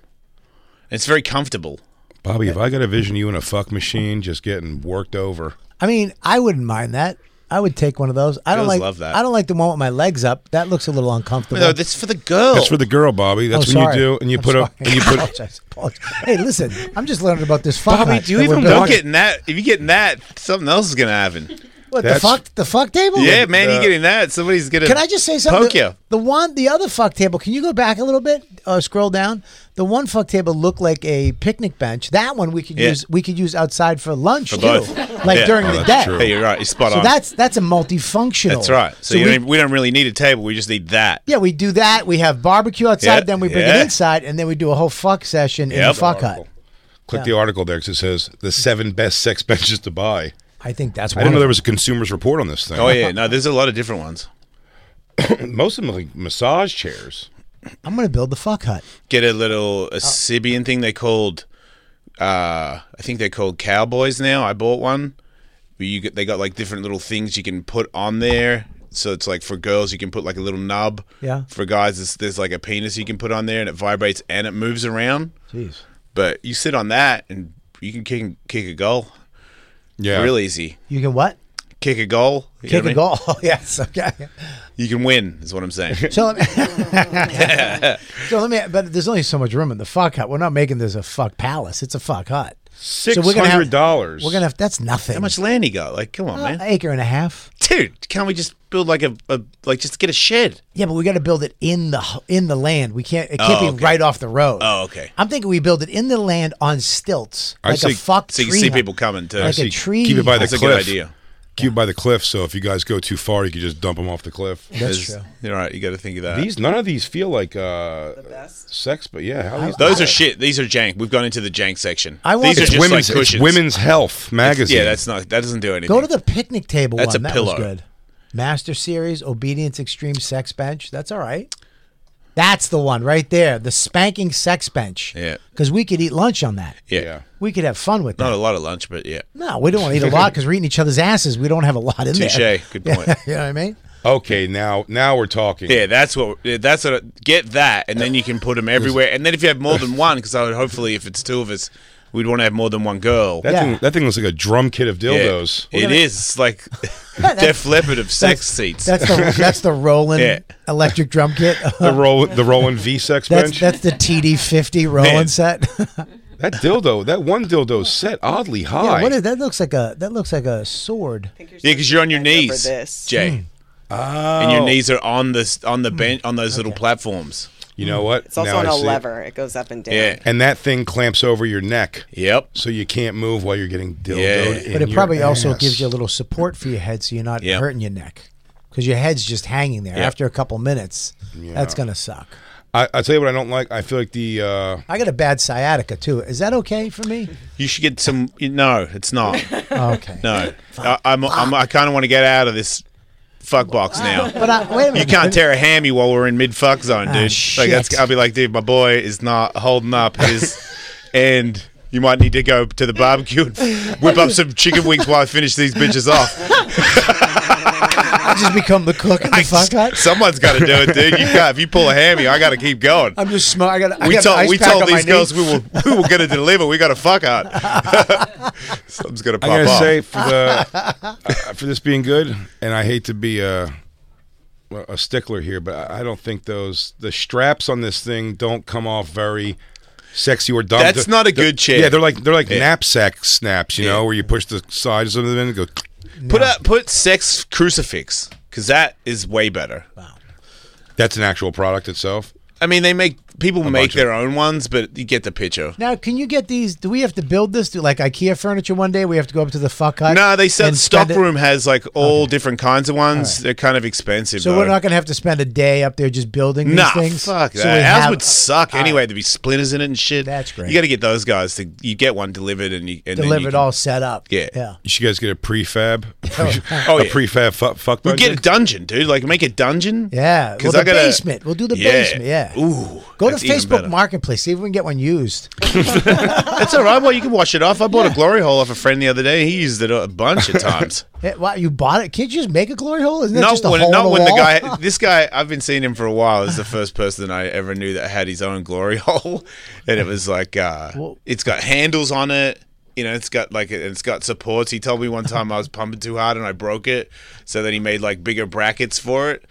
Speaker 6: It's very comfortable.
Speaker 2: Bobby, if I got a vision of you in a fuck machine, just getting worked over.
Speaker 3: I mean, I wouldn't mind that. I would take one of those. I don't
Speaker 6: Girls
Speaker 3: like.
Speaker 6: love that.
Speaker 3: I don't like the one with my legs up. That looks a little uncomfortable.
Speaker 6: No, that's for the girl.
Speaker 2: That's for the girl, Bobby.
Speaker 3: Oh,
Speaker 2: That's what
Speaker 3: sorry.
Speaker 2: you do, and you
Speaker 3: I'm
Speaker 2: put up,
Speaker 3: sorry.
Speaker 2: and you put.
Speaker 3: Apologize, apologize. Hey, listen, I'm just learning about this fuck.
Speaker 6: Bobby,
Speaker 3: hunt
Speaker 6: do you
Speaker 3: that we're
Speaker 6: even don't
Speaker 3: doing.
Speaker 6: get in that? If you get in that, something else is gonna happen.
Speaker 3: what the
Speaker 2: That's-
Speaker 3: fuck? The fuck table?
Speaker 6: Yeah, man,
Speaker 2: uh,
Speaker 6: you get in that, somebody's gonna.
Speaker 3: Can I just say something?
Speaker 6: Poke
Speaker 3: the,
Speaker 6: you.
Speaker 3: the one, the other fuck table. Can you go back a little bit? Uh, scroll down. The one fuck table looked like a picnic bench. That one we could
Speaker 6: Yeah.
Speaker 3: use. We could use outside for lunch
Speaker 6: For
Speaker 3: too,
Speaker 6: both.
Speaker 3: like
Speaker 6: Yeah.
Speaker 3: during
Speaker 6: Oh,
Speaker 3: the day.
Speaker 2: that's true.
Speaker 6: Hey, you're right. You're spot
Speaker 3: So
Speaker 6: on.
Speaker 3: that's that's a multifunctional.
Speaker 6: That's right. So, you
Speaker 3: we-
Speaker 6: don't, even- we don't really need a table. We just need that.
Speaker 3: Yeah, we do that. We have barbecue outside,
Speaker 6: Yeah,
Speaker 3: then we bring it
Speaker 6: yeah.
Speaker 3: inside, and then we do a whole fuck session in the
Speaker 6: Yep.
Speaker 3: fuck hut.
Speaker 2: Click the article there because it says the seven best sex benches to buy.
Speaker 3: I think that's.
Speaker 2: I didn't know there was a consumer's report on this thing.
Speaker 6: Oh yeah, no, there's a lot of different ones.
Speaker 2: Most of them are like massage chairs.
Speaker 3: I'm going to build the fuck hut.
Speaker 6: Get a little
Speaker 3: Oh.
Speaker 6: a Sibian thing they called. Uh, I think they're called cowboys now. I bought one. But You get, they got like different little things you can put on there. So it's like for girls, you can put like a little nub.
Speaker 3: Yeah.
Speaker 6: For guys, it's, there's like a penis you can put on there, and it vibrates and it moves around.
Speaker 3: Jeez.
Speaker 6: But you sit on that, and you can kick kick a goal.
Speaker 2: Yeah,
Speaker 6: Real easy.
Speaker 3: You can what?
Speaker 6: Kick a goal. you know
Speaker 3: Kick a
Speaker 6: what I mean?
Speaker 3: goal. yes. Okay.
Speaker 6: You can win. Is what I'm saying.
Speaker 3: So let, me, so let me. But there's only so much room in the fuck hut. We're not making this a fuck palace. It's a fuck hut.
Speaker 2: six
Speaker 3: So we're gonna have-
Speaker 2: hundred dollars.
Speaker 3: We're gonna Uh, have. That's nothing.
Speaker 6: How much land you got? Like, come on,
Speaker 3: An
Speaker 6: man.
Speaker 3: acre and a half.
Speaker 6: Dude, can't we just build like a, a like just get a shed?
Speaker 3: Yeah, but we got to build it in the h- in the land. We can't. It can't
Speaker 6: Oh,
Speaker 3: be
Speaker 6: okay.
Speaker 3: right off the road.
Speaker 6: Oh, okay.
Speaker 3: I'm thinking we build it in the land on stilts,
Speaker 2: I
Speaker 3: like a
Speaker 2: see-
Speaker 3: fuck
Speaker 6: So you
Speaker 3: tree
Speaker 6: see
Speaker 3: hut.
Speaker 6: people coming too.
Speaker 3: Like a tree
Speaker 2: Keep it by the
Speaker 6: That's a
Speaker 2: cliff.
Speaker 6: good idea.
Speaker 2: Keep it by the cliff. So if you guys go too far, you can just dump them off the cliff.
Speaker 3: That's
Speaker 6: There's-
Speaker 3: true.
Speaker 6: You're right. You got to think of that.
Speaker 2: These none of these feel like uh, sex, but yeah, how these
Speaker 6: Those are shit. These are jank. We've gone into the jank section.
Speaker 3: I want- It's
Speaker 6: These are
Speaker 2: It's
Speaker 6: just
Speaker 2: women's,
Speaker 6: like
Speaker 2: it's
Speaker 6: cushions.
Speaker 2: women's health magazine.
Speaker 6: Yeah, that's not. That doesn't do anything.
Speaker 3: Go to the picnic table
Speaker 6: That's
Speaker 3: one.
Speaker 6: a
Speaker 3: that
Speaker 6: pillow.
Speaker 3: was good. Master Series, Obedience Extreme Sex Bench. That's all right. That's the one right there. The spanking sex bench.
Speaker 6: Yeah.
Speaker 3: Because we could eat lunch on that.
Speaker 6: yeah.
Speaker 2: yeah.
Speaker 3: We could have fun with
Speaker 6: Not
Speaker 3: that.
Speaker 6: a lot of lunch, but yeah.
Speaker 3: No, we don't want to eat a lot because we're eating each other's asses. We don't have a lot in there.
Speaker 6: Touche. Good point.
Speaker 3: you know what I mean?
Speaker 2: Okay, now now we're talking.
Speaker 6: Yeah, that's what. yeah, That's what. Get that, and then you can put them everywhere. And then if you have more than one, because I would hopefully, if it's two of us, we'd want to have more than one girl.
Speaker 2: That
Speaker 3: Yeah.
Speaker 2: thing that thing looks like a drum kit of
Speaker 6: Yeah.
Speaker 2: dildos.
Speaker 6: It is. It's like
Speaker 3: that's-
Speaker 6: Def Leppard of sex seats.
Speaker 3: That's the that's the Roland
Speaker 6: Yeah.
Speaker 3: electric drum kit.
Speaker 2: The roll the Roland V sex
Speaker 3: that's
Speaker 2: bench.
Speaker 3: that's the TD fifty Roland
Speaker 6: Man.
Speaker 3: set.
Speaker 2: That dildo, that one dildo set oddly high.
Speaker 3: yeah, what is, that looks like a that looks like a sword.
Speaker 6: yeah, because you're on your knees,
Speaker 5: This.
Speaker 6: Jay,
Speaker 3: Hmm.
Speaker 6: and your knees are on this on the bench on those little platforms.
Speaker 2: you know what?
Speaker 5: It's also
Speaker 2: Now
Speaker 5: on
Speaker 2: I
Speaker 5: a
Speaker 2: see it.
Speaker 5: lever. It goes up and down.
Speaker 6: Yeah.
Speaker 2: And that thing clamps over your neck,
Speaker 6: Yep.
Speaker 2: so you can't move while you're getting dildoed.
Speaker 6: Yeah.
Speaker 2: in
Speaker 3: But it
Speaker 2: your
Speaker 3: probably also
Speaker 2: ass.
Speaker 3: gives you a little support for your head, so you're not
Speaker 6: Yeah.
Speaker 3: hurting your neck because your head's just hanging there.
Speaker 6: Yeah.
Speaker 3: After a couple minutes, that's gonna suck.
Speaker 2: I, I tell you what, I don't like. I feel like the uh,
Speaker 3: I got a bad sciatica too. Is that okay for me?
Speaker 6: You should get some. No, it's not.
Speaker 3: Okay.
Speaker 6: No, I, I'm, I'm. I kind of want to get out of this fuck box now.
Speaker 3: But I, wait a minute.
Speaker 6: You can't tear a hammy while we're in mid fuck zone, dude.
Speaker 3: Ah, shit.
Speaker 6: like that's, I'll be like, dude, my boy is not holding up his and You might need to go to the barbecue and whip up some chicken wings while I finish these bitches off.
Speaker 3: I just become the cook in the fuck hut.
Speaker 6: Someone's got to do it, dude. You got if you pull a hammy, I got to keep going.
Speaker 3: I'm just smart. I got. I
Speaker 6: we
Speaker 3: got an
Speaker 6: told
Speaker 3: ice
Speaker 6: we
Speaker 3: pack
Speaker 6: told
Speaker 3: on my
Speaker 6: these
Speaker 3: knee.
Speaker 6: girls we were we were going to deliver. We got to fuck out. Something's going to
Speaker 2: I
Speaker 6: pop
Speaker 2: gotta
Speaker 6: off.
Speaker 2: say for the uh, for this being good, and I hate to be a a stickler here, but I I don't think those the straps on this thing don't come off very sexy or dumb.
Speaker 6: That's
Speaker 2: They're-
Speaker 6: not a
Speaker 2: they're-
Speaker 6: good chair.
Speaker 2: Yeah, they're like they're like
Speaker 6: Yeah.
Speaker 2: knapsack snaps, you
Speaker 6: Yeah.
Speaker 2: know, where you push the sides of them in and go.
Speaker 6: Put up, put sex crucifix because that is way better.
Speaker 2: That's an actual product itself.
Speaker 6: I mean, they make people make
Speaker 2: bunch of-
Speaker 6: their own ones, but you get the picture.
Speaker 3: Now, can you get these? Do we have to build this? Do, like IKEA furniture one day? We have to go up to the fuck hut?
Speaker 6: No, they said
Speaker 3: and spend it-
Speaker 6: Stockroom has like all different kinds of ones. They're kind of expensive.
Speaker 3: So
Speaker 6: though.
Speaker 3: we're not going to have to spend a day up there just building these
Speaker 6: Nah,
Speaker 3: things?
Speaker 6: fuck
Speaker 3: So
Speaker 6: that.
Speaker 3: we
Speaker 6: Ours
Speaker 3: have-
Speaker 6: would suck
Speaker 3: All right.
Speaker 6: anyway. There'd be splinters in it and shit.
Speaker 3: That's great.
Speaker 6: You got to get those guys to you get one delivered and you and then you
Speaker 3: Delivered
Speaker 6: can-
Speaker 3: all set up.
Speaker 6: Yeah.
Speaker 3: Yeah.
Speaker 2: You should guys get a prefab.
Speaker 6: Oh,
Speaker 2: a
Speaker 6: yeah.
Speaker 2: prefab fu- fuck.
Speaker 6: We'll get a
Speaker 2: budget?
Speaker 6: dungeon, dude. Like make a dungeon.
Speaker 3: Yeah. Well,
Speaker 6: 'Cause
Speaker 3: the
Speaker 6: I gotta-
Speaker 3: basement. We'll do the
Speaker 6: Yeah.
Speaker 3: basement. Yeah.
Speaker 6: Ooh,
Speaker 3: Go to
Speaker 6: that's even
Speaker 3: Facebook
Speaker 6: better.
Speaker 3: Marketplace. See if we can get one used.
Speaker 6: That's all right. Well, you can wash it off. I bought a glory hole off a friend the other day. He used it a bunch of times.
Speaker 3: Yeah, wow, you bought it? Can't you just make a glory hole? Isn't that
Speaker 6: not
Speaker 3: just a
Speaker 6: when,
Speaker 3: hole in
Speaker 6: not
Speaker 3: the
Speaker 6: when
Speaker 3: wall?
Speaker 6: the guy. This guy, I've been seeing him for a while. Is the first person I ever knew that had his own glory hole, and it was like uh, it's got handles on it. You know, it's got like it's got supports. He told me one time I was pumping too hard and I broke it, so then he made like bigger brackets for it.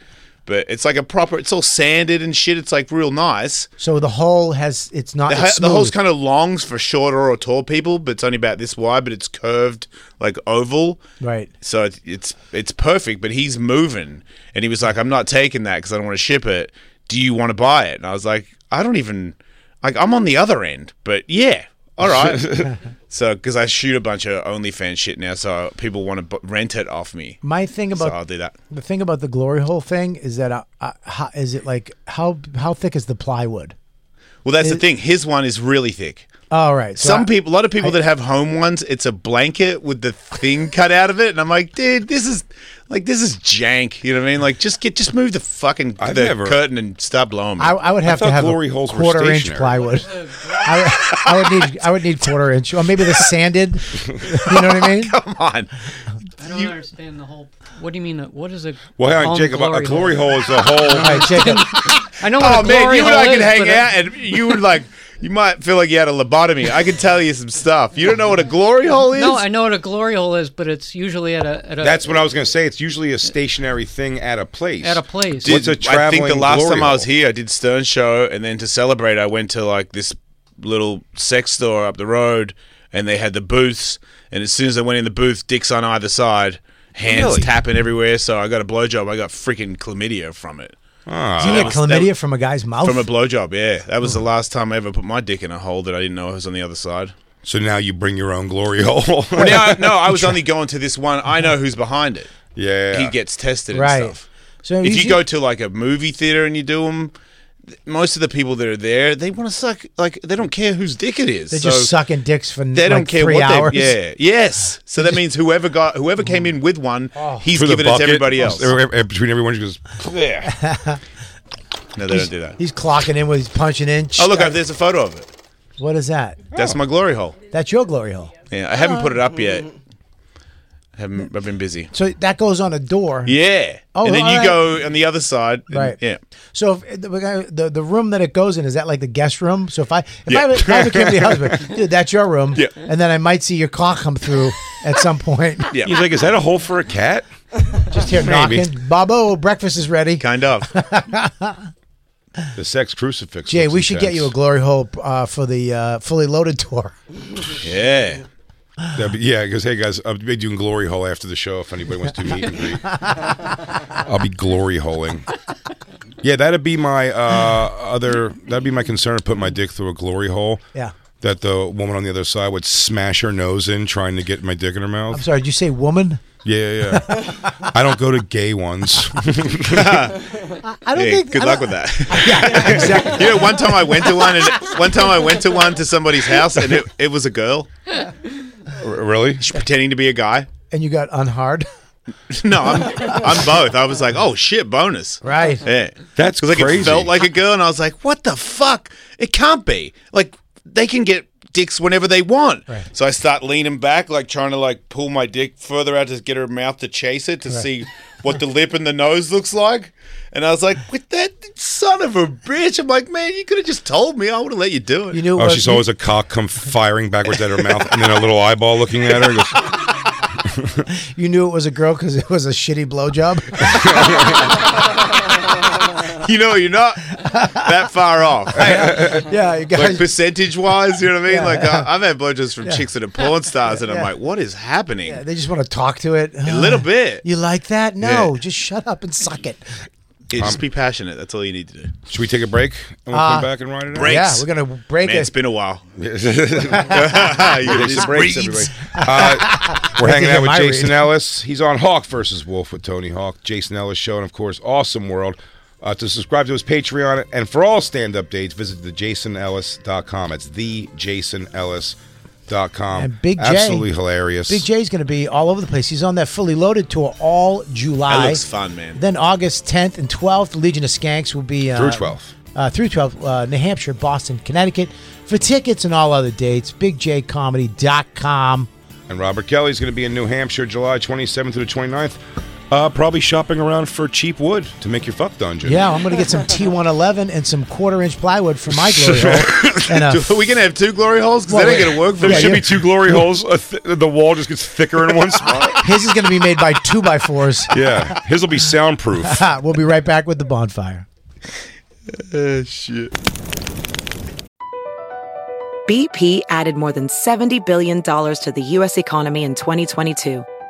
Speaker 6: But it's like a proper. It's all sanded and shit. It's like real nice.
Speaker 3: so the hole has, it's not,
Speaker 6: The,
Speaker 3: it's
Speaker 6: ho- the hole's
Speaker 3: smooth.
Speaker 6: kind of longs for shorter or tall people, but it's only about this wide. But it's curved, like oval.
Speaker 3: Right.
Speaker 6: So it's it's, it's perfect. But he's moving, and he was like, "I'm not taking that because I don't want to ship it. Do you want to buy it?" And I was like, "I don't even like. I'm on the other end, but yeah." All right. so, because I shoot a bunch of OnlyFans shit now, so people want to b- rent it off me.
Speaker 3: My thing about
Speaker 6: so I'll do that.
Speaker 3: The thing about the glory hole thing is that uh, uh, how, is it like how how thick is the plywood?
Speaker 6: Well, that's the thing. His one is really thick.
Speaker 3: All right, so
Speaker 6: Some
Speaker 3: I-
Speaker 6: people, a lot of people that have home ones, it's a blanket with the thing cut out of it, and I'm like, dude, this is like this is jank. You know what I mean? Like, just get, just move the fucking
Speaker 2: I've
Speaker 6: the
Speaker 2: never-
Speaker 6: curtain and stop blowing. Me.
Speaker 3: I, I would have to
Speaker 2: thought
Speaker 3: have
Speaker 2: glory
Speaker 3: a
Speaker 2: holes were
Speaker 3: quarter inch
Speaker 2: stationary.
Speaker 3: plywood. I, I would need I would need quarter inch, or maybe the sanded. You know what I mean?
Speaker 6: Come on,
Speaker 7: I don't understand the whole. What do you mean? What is a?
Speaker 2: Well, hang
Speaker 7: on
Speaker 2: on, Jacob. A, a glory hole is a hole.
Speaker 3: All right, Jacob.
Speaker 7: I know what
Speaker 6: oh
Speaker 7: a
Speaker 6: man,
Speaker 7: glory
Speaker 6: you and I
Speaker 7: hole
Speaker 6: could
Speaker 7: is,
Speaker 6: hang
Speaker 7: but
Speaker 6: out, and you would like, you might feel like you had a lobotomy. I could tell you some stuff. You don't know what a glory hole
Speaker 7: I,
Speaker 6: is?
Speaker 7: no, I know what a glory hole is, but it's usually at a at a
Speaker 2: That's what I was going to say. It's usually a stationary thing at a place.
Speaker 7: at a place.
Speaker 2: Did- What's a
Speaker 6: I think the
Speaker 2: traveling
Speaker 6: last
Speaker 2: glory
Speaker 6: time I was
Speaker 2: hole?
Speaker 6: here, I did Stern Show, and then to celebrate, I went to like this little sex store up the road, and they had the booths. And as soon as I went in the booth, dicks on either side, hands
Speaker 2: Really?
Speaker 6: tapping everywhere. So I got a blowjob. I got freaking chlamydia from it.
Speaker 2: Ah.
Speaker 3: Do you get
Speaker 6: was-
Speaker 3: chlamydia
Speaker 6: Uh, that-
Speaker 3: from a guy's mouth?
Speaker 2: Oh.
Speaker 6: From a blowjob, yeah. That was the last time I ever put my dick in a hole that I didn't know was on the other side.
Speaker 2: So now you bring your own glory hole.
Speaker 6: Well, now, no, I was only going to this one. I know who's behind it.
Speaker 2: yeah.
Speaker 6: He gets tested and
Speaker 3: Right.
Speaker 6: stuff.
Speaker 3: so
Speaker 6: if you
Speaker 3: should-
Speaker 6: go to like a movie theater and you do them, most of the people that are there, they want to suck. Like they don't care whose dick it is.
Speaker 3: they're
Speaker 6: So
Speaker 3: just sucking dicks for
Speaker 6: They
Speaker 3: like
Speaker 6: don't care
Speaker 3: three
Speaker 6: what
Speaker 3: hours.
Speaker 6: they. Yeah. Yes. So that means whoever got whoever came in with one,
Speaker 3: Oh.
Speaker 6: he's
Speaker 2: For the
Speaker 6: giving it to
Speaker 2: bucket, Oh,
Speaker 6: everybody else. No,
Speaker 2: every- every- Between everyone, she goes.
Speaker 6: they don't do that.
Speaker 3: He's clocking in with he's punching in.
Speaker 6: Oh look, there's a photo of it.
Speaker 3: what is that?
Speaker 6: That's my glory hole.
Speaker 3: That's your glory hole.
Speaker 6: Yeah, I haven't put it up yet. Haven't. I've been busy.
Speaker 3: So that goes on a door.
Speaker 6: Yeah.
Speaker 3: Oh,
Speaker 6: and then you
Speaker 3: alright.
Speaker 6: go on the other side. and-
Speaker 3: Right.
Speaker 6: Yeah.
Speaker 3: So if the, the the room that it goes in is that like the guest room. So if I if,
Speaker 6: Yeah.
Speaker 3: I, if I became the husband, dude, that's your room.
Speaker 6: Yeah.
Speaker 3: And then I might see your cock come through at some point.
Speaker 6: Yeah.
Speaker 2: He's like, "Is that a hole for a cat?"
Speaker 3: Just hear
Speaker 2: Maybe.
Speaker 3: knocking. Bobo, breakfast is ready.
Speaker 6: Kind of.
Speaker 2: The sex crucifix.
Speaker 3: Jay,
Speaker 2: looks
Speaker 3: we should get
Speaker 2: intense.
Speaker 3: you a glory hole uh, for the uh, fully loaded tour.
Speaker 6: Yeah.
Speaker 2: That'd be- yeah, because hey guys, I'll be doing glory hole after the show if anybody wants to meet and greet. I'll be glory holing. Yeah, that'd be my uh, other. That'd be my concern. Put my dick through a glory hole.
Speaker 3: Yeah.
Speaker 2: That the woman on the other side would smash her nose in trying to get my dick in her mouth.
Speaker 3: I'm sorry, did you say woman?
Speaker 2: Yeah, yeah. yeah. I don't go to gay ones.
Speaker 3: I don't
Speaker 6: Yeah,
Speaker 3: think.
Speaker 6: good
Speaker 3: I
Speaker 6: luck
Speaker 3: don't-
Speaker 6: with that. You know, one time I went to one, and one time I went to one to somebody's house, and it, it was a girl
Speaker 2: R- really?
Speaker 6: She pretending to be a guy.
Speaker 3: And you got unhard.
Speaker 6: No, I'm, I'm both. I was like, oh shit, bonus.
Speaker 3: Right.
Speaker 6: Yeah,
Speaker 2: That's
Speaker 6: 'Cause, like
Speaker 2: crazy.
Speaker 6: it felt like a girl, and I was like, what the fuck? It can't be. Like they can get dicks whenever they want. So I start leaning back, like trying to like pull my dick further out to get her mouth to chase it to see what the lip and the nose looks like. And I was like, with that son of a bitch, I'm like, man, you could have just told me. I would have let you do it.
Speaker 3: You knew. it
Speaker 2: Oh,
Speaker 3: was-
Speaker 2: she saw always a cock come firing backwards at her mouth, and then a little eyeball looking at her. Goes,
Speaker 3: You knew it was a girl because it was a shitty blowjob.
Speaker 6: You know, you're not. that far off. Hey,
Speaker 3: yeah, you
Speaker 6: like
Speaker 3: guys.
Speaker 6: percentage wise, you know what I mean?
Speaker 3: Yeah,
Speaker 6: like
Speaker 3: yeah.
Speaker 6: I, I've had blowjobs from chicks that are porn stars, and
Speaker 3: yeah.
Speaker 6: I'm like, what is happening?
Speaker 3: yeah, they just want to talk to it.
Speaker 6: A little bit.
Speaker 3: You like that? No,
Speaker 6: Yeah.
Speaker 3: just shut up and suck it.
Speaker 6: Yeah, just be passionate. That's all you need to do.
Speaker 2: Should we take a break and we'll
Speaker 3: Uh,
Speaker 2: come back and ride it? out?
Speaker 6: break.
Speaker 3: Yeah,
Speaker 6: Thanks.
Speaker 3: we're gonna break
Speaker 6: Man,
Speaker 3: it.
Speaker 6: it's been a while.
Speaker 2: Yeah.
Speaker 6: You
Speaker 2: Jason
Speaker 6: just
Speaker 2: breaks
Speaker 6: reads.
Speaker 2: everybody. Uh, we're hanging
Speaker 3: get
Speaker 2: out with
Speaker 3: my
Speaker 2: Jason
Speaker 3: read.
Speaker 2: Ellis. He's on Hawk versus Wolf with Tony Hawk. Jason Ellis show, and of course, Awesome World. Uh, to subscribe to his Patreon and for all stand up dates, visit thejasonellis.com. It's thejasonellis.com.
Speaker 3: And Big J-
Speaker 2: Absolutely hilarious.
Speaker 3: Big J's going to be all over the place. He's on that fully loaded tour all July.
Speaker 6: That looks fun, man.
Speaker 3: Then August 10th and 12th, Legion of Skanks will be uh,
Speaker 2: Through 12th.
Speaker 3: Uh, through 12th, uh, New Hampshire, Boston, Connecticut. For tickets and all other dates, bigjcomedy.com.
Speaker 2: And Robert Kelly's going to be in New Hampshire July 27th through the 29th. Uh, probably shopping around for cheap wood to make your fuck dungeon.
Speaker 3: Yeah, I'm going to get some T111 and some quarter inch plywood for my glory hole. And uh,
Speaker 6: Are we gonna have two glory holes? Because
Speaker 3: Well,
Speaker 6: that ain't gonna work for
Speaker 2: There
Speaker 6: me.
Speaker 3: Yeah,
Speaker 2: should
Speaker 3: you-
Speaker 2: be two glory holes. A th- the wall just gets thicker in one spot.
Speaker 3: his is going to be made by 2 by 4s
Speaker 2: yeah, his will be soundproof.
Speaker 3: We'll be right back with the bonfire.
Speaker 6: Uh, shit.
Speaker 8: BP added more than $70 billion to the U.S. economy in 2022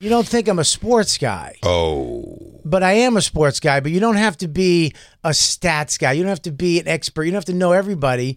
Speaker 3: You don't think I'm a sports guy.
Speaker 2: Oh.
Speaker 3: but I am a sports guy. But you don't have to be a stats guy. You don't have to be an expert. You don't have to know everybody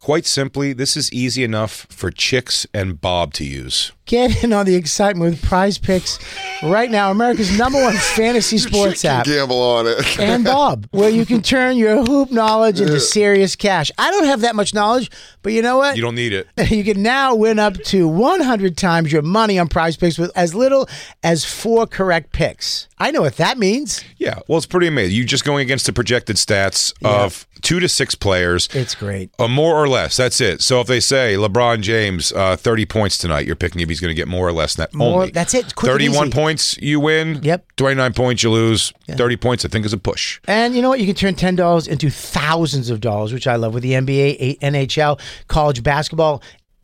Speaker 2: Quite simply, this is easy enough for chicks and Bob to use.
Speaker 3: Get in on the excitement with Prize Picks right now, America's number one fantasy sports app.
Speaker 1: Gamble on it.
Speaker 3: and Bob, where you can turn your hoop knowledge into serious cash. I don't have that much knowledge, but you know what?
Speaker 2: You don't need it.
Speaker 3: You can now win up to 100 times your money on prize picks with as little as four correct picks. I know what that means.
Speaker 2: Yeah, well, it's pretty amazing. You're just going against the projected stats of two to six players.
Speaker 3: It's great.
Speaker 2: Uh, more or less. That's it. So if they say LeBron James, uh, 30 points tonight, you're picking if he's going to get more or less than that.
Speaker 3: More-
Speaker 2: only.
Speaker 3: that's it. Quick and
Speaker 2: 31
Speaker 3: easy.
Speaker 2: points, you win.
Speaker 3: Yep.
Speaker 2: 29 points, you lose. 30 points, I think, is a push.
Speaker 3: And you know what? You can turn ten dollars into thousands of dollars, which I love with the NBA, A- NHL, college basketball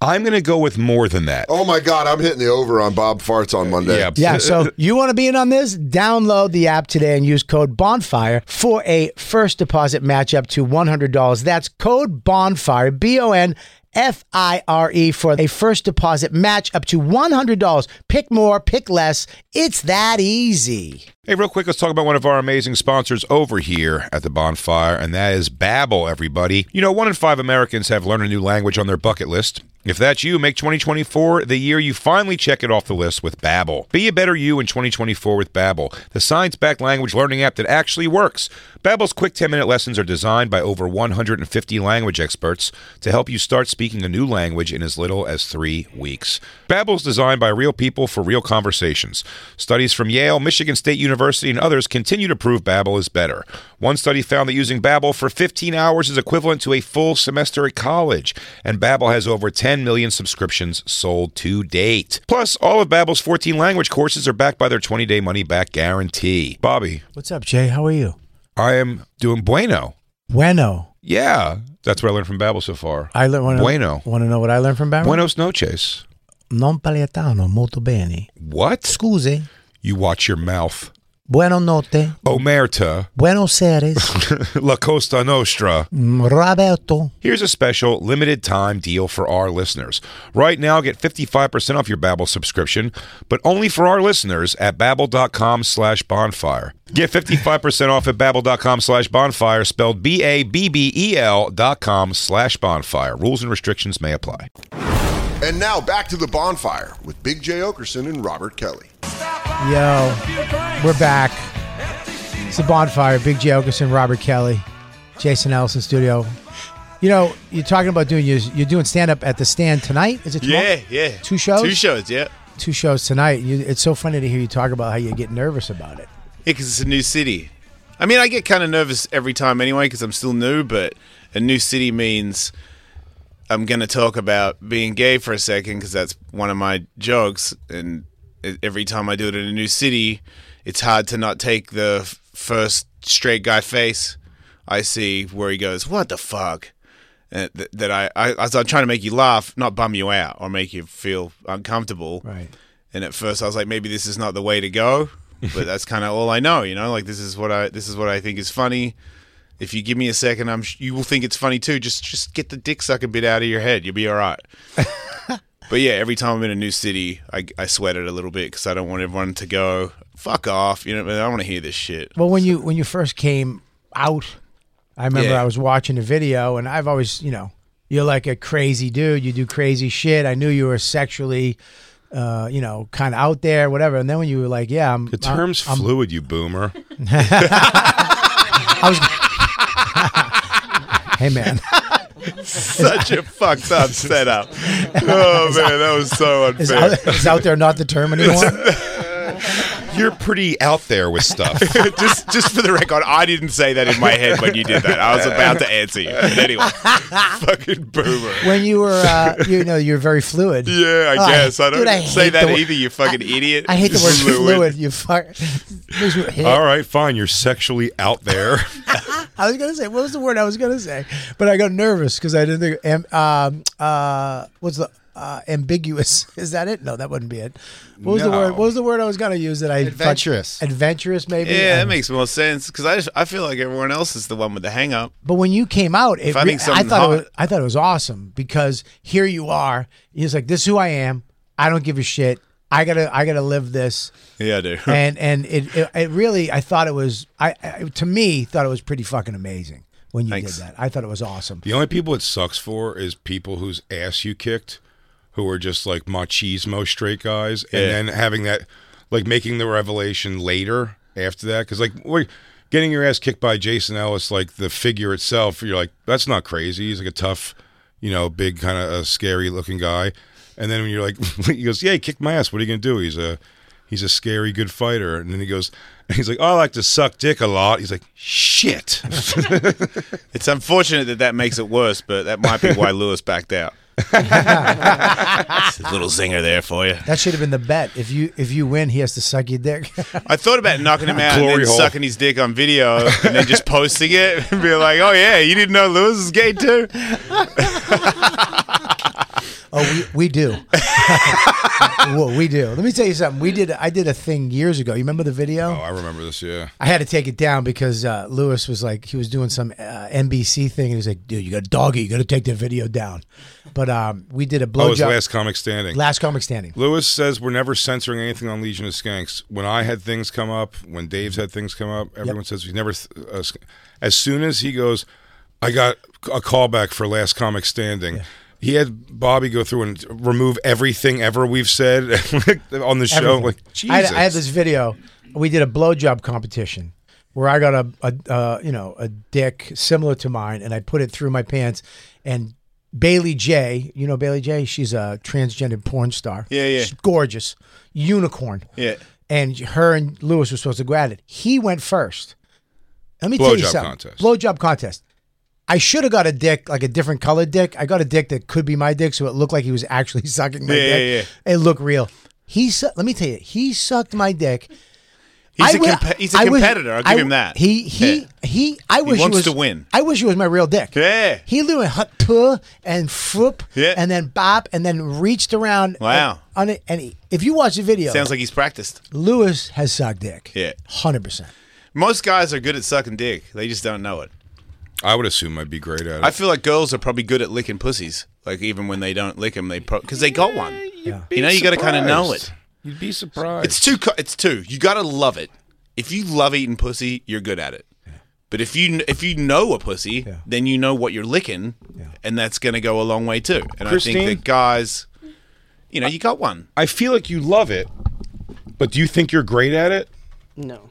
Speaker 2: I'm going to go with more than that.
Speaker 1: Oh my God, I'm hitting the over on Bob Farts on Monday.
Speaker 2: Yeah. Uh,
Speaker 3: Yeah, so you want to be in on this? Download the app today and use code BONFIRE for a first deposit match up to $100. That's code BONFIRE, B O N F I R E for a first deposit match up to $100. Pick more, pick less. It's that easy.
Speaker 2: Hey, real quick, let's talk about one of our amazing sponsors over here at the bonfire, and that is Babbel, everybody. You know, one in five Americans have learned a new language on their bucket list. If that's you, make 2024 the year you finally check it off the list with Babbel. Be a better you in 2024 with Babbel, the science-backed language learning app that actually works. Babbel's quick 10-minute lessons are designed by over 150 language experts to help you start speaking a new language in as little as 3 weeks. Babbel's designed by real people for real conversations. Studies from Yale, Michigan State University, and others continue to prove Babbel is better. One study found that using Babbel for 15 hours is equivalent to a full semester at college, and Babbel has over 10 million subscriptions sold to date. Plus, all of Babbel's 14 language courses are backed by their 20-day money-back guarantee. Bobby,
Speaker 3: What's up, Jay? How are you?
Speaker 2: I am doing bueno.
Speaker 3: Bueno.
Speaker 2: Yeah, that's what I learned from Babbel so far.
Speaker 3: I learned wanna,
Speaker 2: bueno.
Speaker 3: Want to know what I learned from Barry?
Speaker 2: Buenos noches.
Speaker 3: Non paletano molto bene.
Speaker 2: What?
Speaker 3: Scusi.
Speaker 2: You watch your mouth.
Speaker 3: Buenos notte.
Speaker 2: Omerta,
Speaker 3: Buenos Aires.
Speaker 2: La Costa Nostra.
Speaker 3: Roberto.
Speaker 2: Here's a special limited time deal for our listeners. Right now, get 55% off your Babbel subscription, but only for our listeners at babbel.com slash bonfire. Get 55% off at babbel.com slash bonfire, spelled B-A-B-B-E-L E dot com slash bonfire. Rules and restrictions may apply.
Speaker 1: And now back to the bonfire with Big J. Okerson and Robert Kelly.
Speaker 3: Yo, we're back. It's a bonfire. Big J. Okerson, Robert Kelly, Jason Ellison Studio. You know, you're talking about doing your, you're doing stand up at the stand tonight. Is it? tomorrow?
Speaker 6: Yeah, yeah.
Speaker 3: Two shows.
Speaker 6: Two shows, yeah.
Speaker 3: Two shows tonight. You, it's so funny to hear you talk about how you get nervous about it.
Speaker 6: Yeah, because it's a new city. I mean, I get kind of nervous every time anyway because I'm still new, but a new city means I'm going to talk about being gay for a second because that's one of my jokes. And e- every time I do it in a new city, it's hard to not take the f- first straight guy face I see where he goes, What the fuck? And th- that I, I, I was trying to make you laugh, not bum you out or make you feel uncomfortable.
Speaker 3: Right.
Speaker 6: And at first, I was like, maybe this is not the way to go, but that's kind of all I know, you know. Like this is what I this is what I think is funny. If you give me a second, I'm sh- you will think it's funny too. Just just get the dick sucker bit out of your head. You'll be all right. but yeah, every time I'm in a new city, I, I sweat it a little bit because I don't want everyone to go fuck off. You know, I don't want to hear this shit.
Speaker 3: Well, when you when you first came out, I remember
Speaker 6: Yeah.
Speaker 3: I was watching a video, and I've always, you know, you're like a crazy dude. You do crazy shit. I knew you were sexually, uh, you know, kind of out there, whatever. And then when you were like, yeah, I'm.
Speaker 2: The term's fluid, you boomer.
Speaker 3: I was. hey man,
Speaker 6: Such a fucked up setup. Oh man, that was so
Speaker 3: is,
Speaker 6: unfair.
Speaker 3: out, is out there not the term anymore?
Speaker 2: You're pretty out there with stuff.
Speaker 6: just just for the record, I didn't say that in my head when you did that. I was about to answer you. But anyway, fucking boomer.
Speaker 3: when you were, uh, you know, you're very fluid.
Speaker 6: Yeah, I
Speaker 3: Oh,
Speaker 6: guess. I don't
Speaker 3: dude, I
Speaker 6: say
Speaker 3: hate
Speaker 6: that
Speaker 3: the wo-
Speaker 6: either, you fucking idiot.
Speaker 3: I hate the word fluid. You fuck. Makes me-
Speaker 2: All right, fine. You're sexually out there.
Speaker 3: I was gonna say what was the word I was gonna say, but I got nervous because I didn't think. Am, um, uh, what's the uh, ambiguous? Is that it? No, that wouldn't be it. What was the
Speaker 2: No.
Speaker 3: word? What was the word I was gonna use that I fuck-
Speaker 9: Adventurous.
Speaker 3: adventurous, maybe.
Speaker 6: Yeah, that
Speaker 3: Um,
Speaker 6: makes more sense because I, just- I feel like everyone else is the one with the hang up.
Speaker 3: But when you came out, it,
Speaker 6: I
Speaker 3: re-
Speaker 6: think
Speaker 3: I
Speaker 6: something's
Speaker 3: thought it was,
Speaker 6: hot.
Speaker 3: I thought it was awesome because here you are. He's like, "This is who I am. I don't give a shit. I gotta, I gotta live this."
Speaker 6: Yeah, I do.
Speaker 3: and and it, it it really, I thought it was, I, I to me, thought it was pretty fucking amazing when you
Speaker 6: Thanks.
Speaker 3: did that. I thought it was awesome.
Speaker 2: The only people it sucks for is people whose ass you kicked, who are just like machismo straight guys,
Speaker 6: Yeah.
Speaker 2: and then having that, like making the revelation later after that, because like we're getting your ass kicked by Jason Ellis, like the figure itself, you're like that's not crazy. He's like a tough, you know, big kind of uh, scary looking guy, and then when you're like, he goes, yeah, he kicked my ass. What are you gonna do? He's a He's a scary good fighter, and then he goes. He's like, "Oh, I like to suck dick a lot. He's like, "Shit."
Speaker 6: It's unfortunate that that makes it worse, but that might be why Lewis backed out. It's a little zinger there for you.
Speaker 3: That should have been the bet. If you if you win, he has to suck your dick.
Speaker 6: I thought about knocking him out and
Speaker 2: Glory
Speaker 6: then
Speaker 2: hole.
Speaker 6: sucking his dick on video and then just posting it and be like, "Oh yeah, you didn't know Lewis is gay too."
Speaker 3: Oh, we, we do. Whoa, we do. Let me tell you something. We did. I did a thing years ago. You remember the video?
Speaker 2: Oh, I remember this. Yeah.
Speaker 3: I had to take it down because uh, Lewis was like, he was doing some uh, NBC thing, and he was like, "Dude, you got to dog it. You got to take the video down." But um, we did a
Speaker 2: Oh, his
Speaker 3: blowjob.
Speaker 2: last comic standing.
Speaker 3: last comic standing.
Speaker 2: Lewis says we're never censoring anything on Legion of Skanks. When I had things come up, when Dave's had things come up, everyone says we never. Th- uh, sk- as soon as he goes, I got a callback for Last Comic Standing. He had Bobby go through and remove everything ever we've said on the show.
Speaker 3: Everything.
Speaker 2: Like
Speaker 3: I had,
Speaker 2: Jesus,
Speaker 3: I had this video. We did a blowjob competition where I got a, a uh, you know a dick similar to mine, and I put it through my pants. And Bailey J, you know Bailey J, she's a transgendered porn star.
Speaker 6: Yeah, yeah.
Speaker 3: She's gorgeous, unicorn.
Speaker 6: Yeah.
Speaker 3: And her and Lewis were supposed to go at it. He went first. Let me tell you
Speaker 2: Blowjob
Speaker 3: something.
Speaker 2: contest.
Speaker 3: Blowjob contest. I should have got a dick, like a different colored dick. I got a dick that could be my dick, so it looked like he was actually sucking my
Speaker 6: Yeah, yeah,
Speaker 3: dick. It looked real. He su- let me tell you, he sucked my dick.
Speaker 6: He's
Speaker 3: a
Speaker 6: a compe- he's a competitor. I'll give him that.
Speaker 3: He he
Speaker 6: Yeah.
Speaker 3: he. I wish
Speaker 6: wants
Speaker 3: was,
Speaker 6: to win.
Speaker 3: I wish he was my real dick.
Speaker 6: Yeah.
Speaker 3: He literally hut puh and flip
Speaker 6: Yeah.
Speaker 3: and then bop and then reached around.
Speaker 6: Wow.
Speaker 3: And, on it, and he- if you watch the video,
Speaker 6: Sounds like he's practiced.
Speaker 3: Lewis has sucked dick.
Speaker 6: Yeah.
Speaker 3: hundred percent.
Speaker 6: Most guys are good at sucking dick. They just don't know it.
Speaker 2: I would assume I'd be great at it.
Speaker 6: I feel like girls are probably good at licking pussies. Like even when they don't lick them, they because they got one. You know, you got to kind of know it.
Speaker 2: You'd be surprised.
Speaker 6: It's two. co- It's two. You got to love it. If you love eating pussy, you're good at it. But if you if you know a pussy,
Speaker 3: Yeah.
Speaker 6: then you know what you're licking, and that's going to go a long way too. And I
Speaker 2: Christine?
Speaker 6: think that guys, you know, you got one.
Speaker 2: I feel like you love it, but do you think you're great at it?
Speaker 5: No.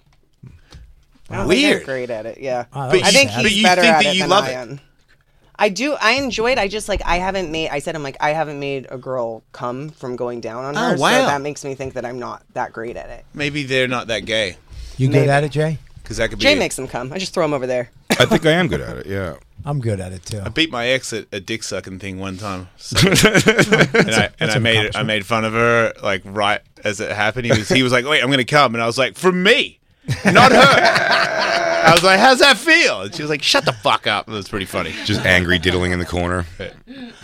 Speaker 5: I don't
Speaker 6: Weird.
Speaker 5: Think I'm great at it. Yeah.
Speaker 3: Wow, that
Speaker 6: But
Speaker 3: was
Speaker 5: I think
Speaker 3: sad.
Speaker 6: but
Speaker 5: he's
Speaker 6: you
Speaker 5: better
Speaker 6: think
Speaker 5: at
Speaker 6: that
Speaker 5: it
Speaker 6: you
Speaker 5: than
Speaker 6: love
Speaker 5: I
Speaker 6: it.
Speaker 5: am. I do. I enjoy it. I just like I haven't made. I said I'm like I haven't made a girl come from going down on
Speaker 6: Oh,
Speaker 5: her.
Speaker 6: wow.
Speaker 5: So that makes me think that I'm not that great at it.
Speaker 6: Maybe they're not that gay
Speaker 3: You good
Speaker 5: Maybe.
Speaker 3: at it, Jay?
Speaker 6: because that could be.
Speaker 5: Jay
Speaker 6: it.
Speaker 5: makes them come. I just throw them over there.
Speaker 2: I think I am good at it. Yeah.
Speaker 3: I'm good at it too.
Speaker 6: I beat my ex at a dick sucking thing one time, so- and I, and I made I made fun of her like right as it happened. He was he was like, "Wait, I'm gonna come," and I was like, "From me, not her." I was like, "How's that feel?" And she was like, "Shut the fuck up." It was pretty funny.
Speaker 2: Just angry diddling in the corner.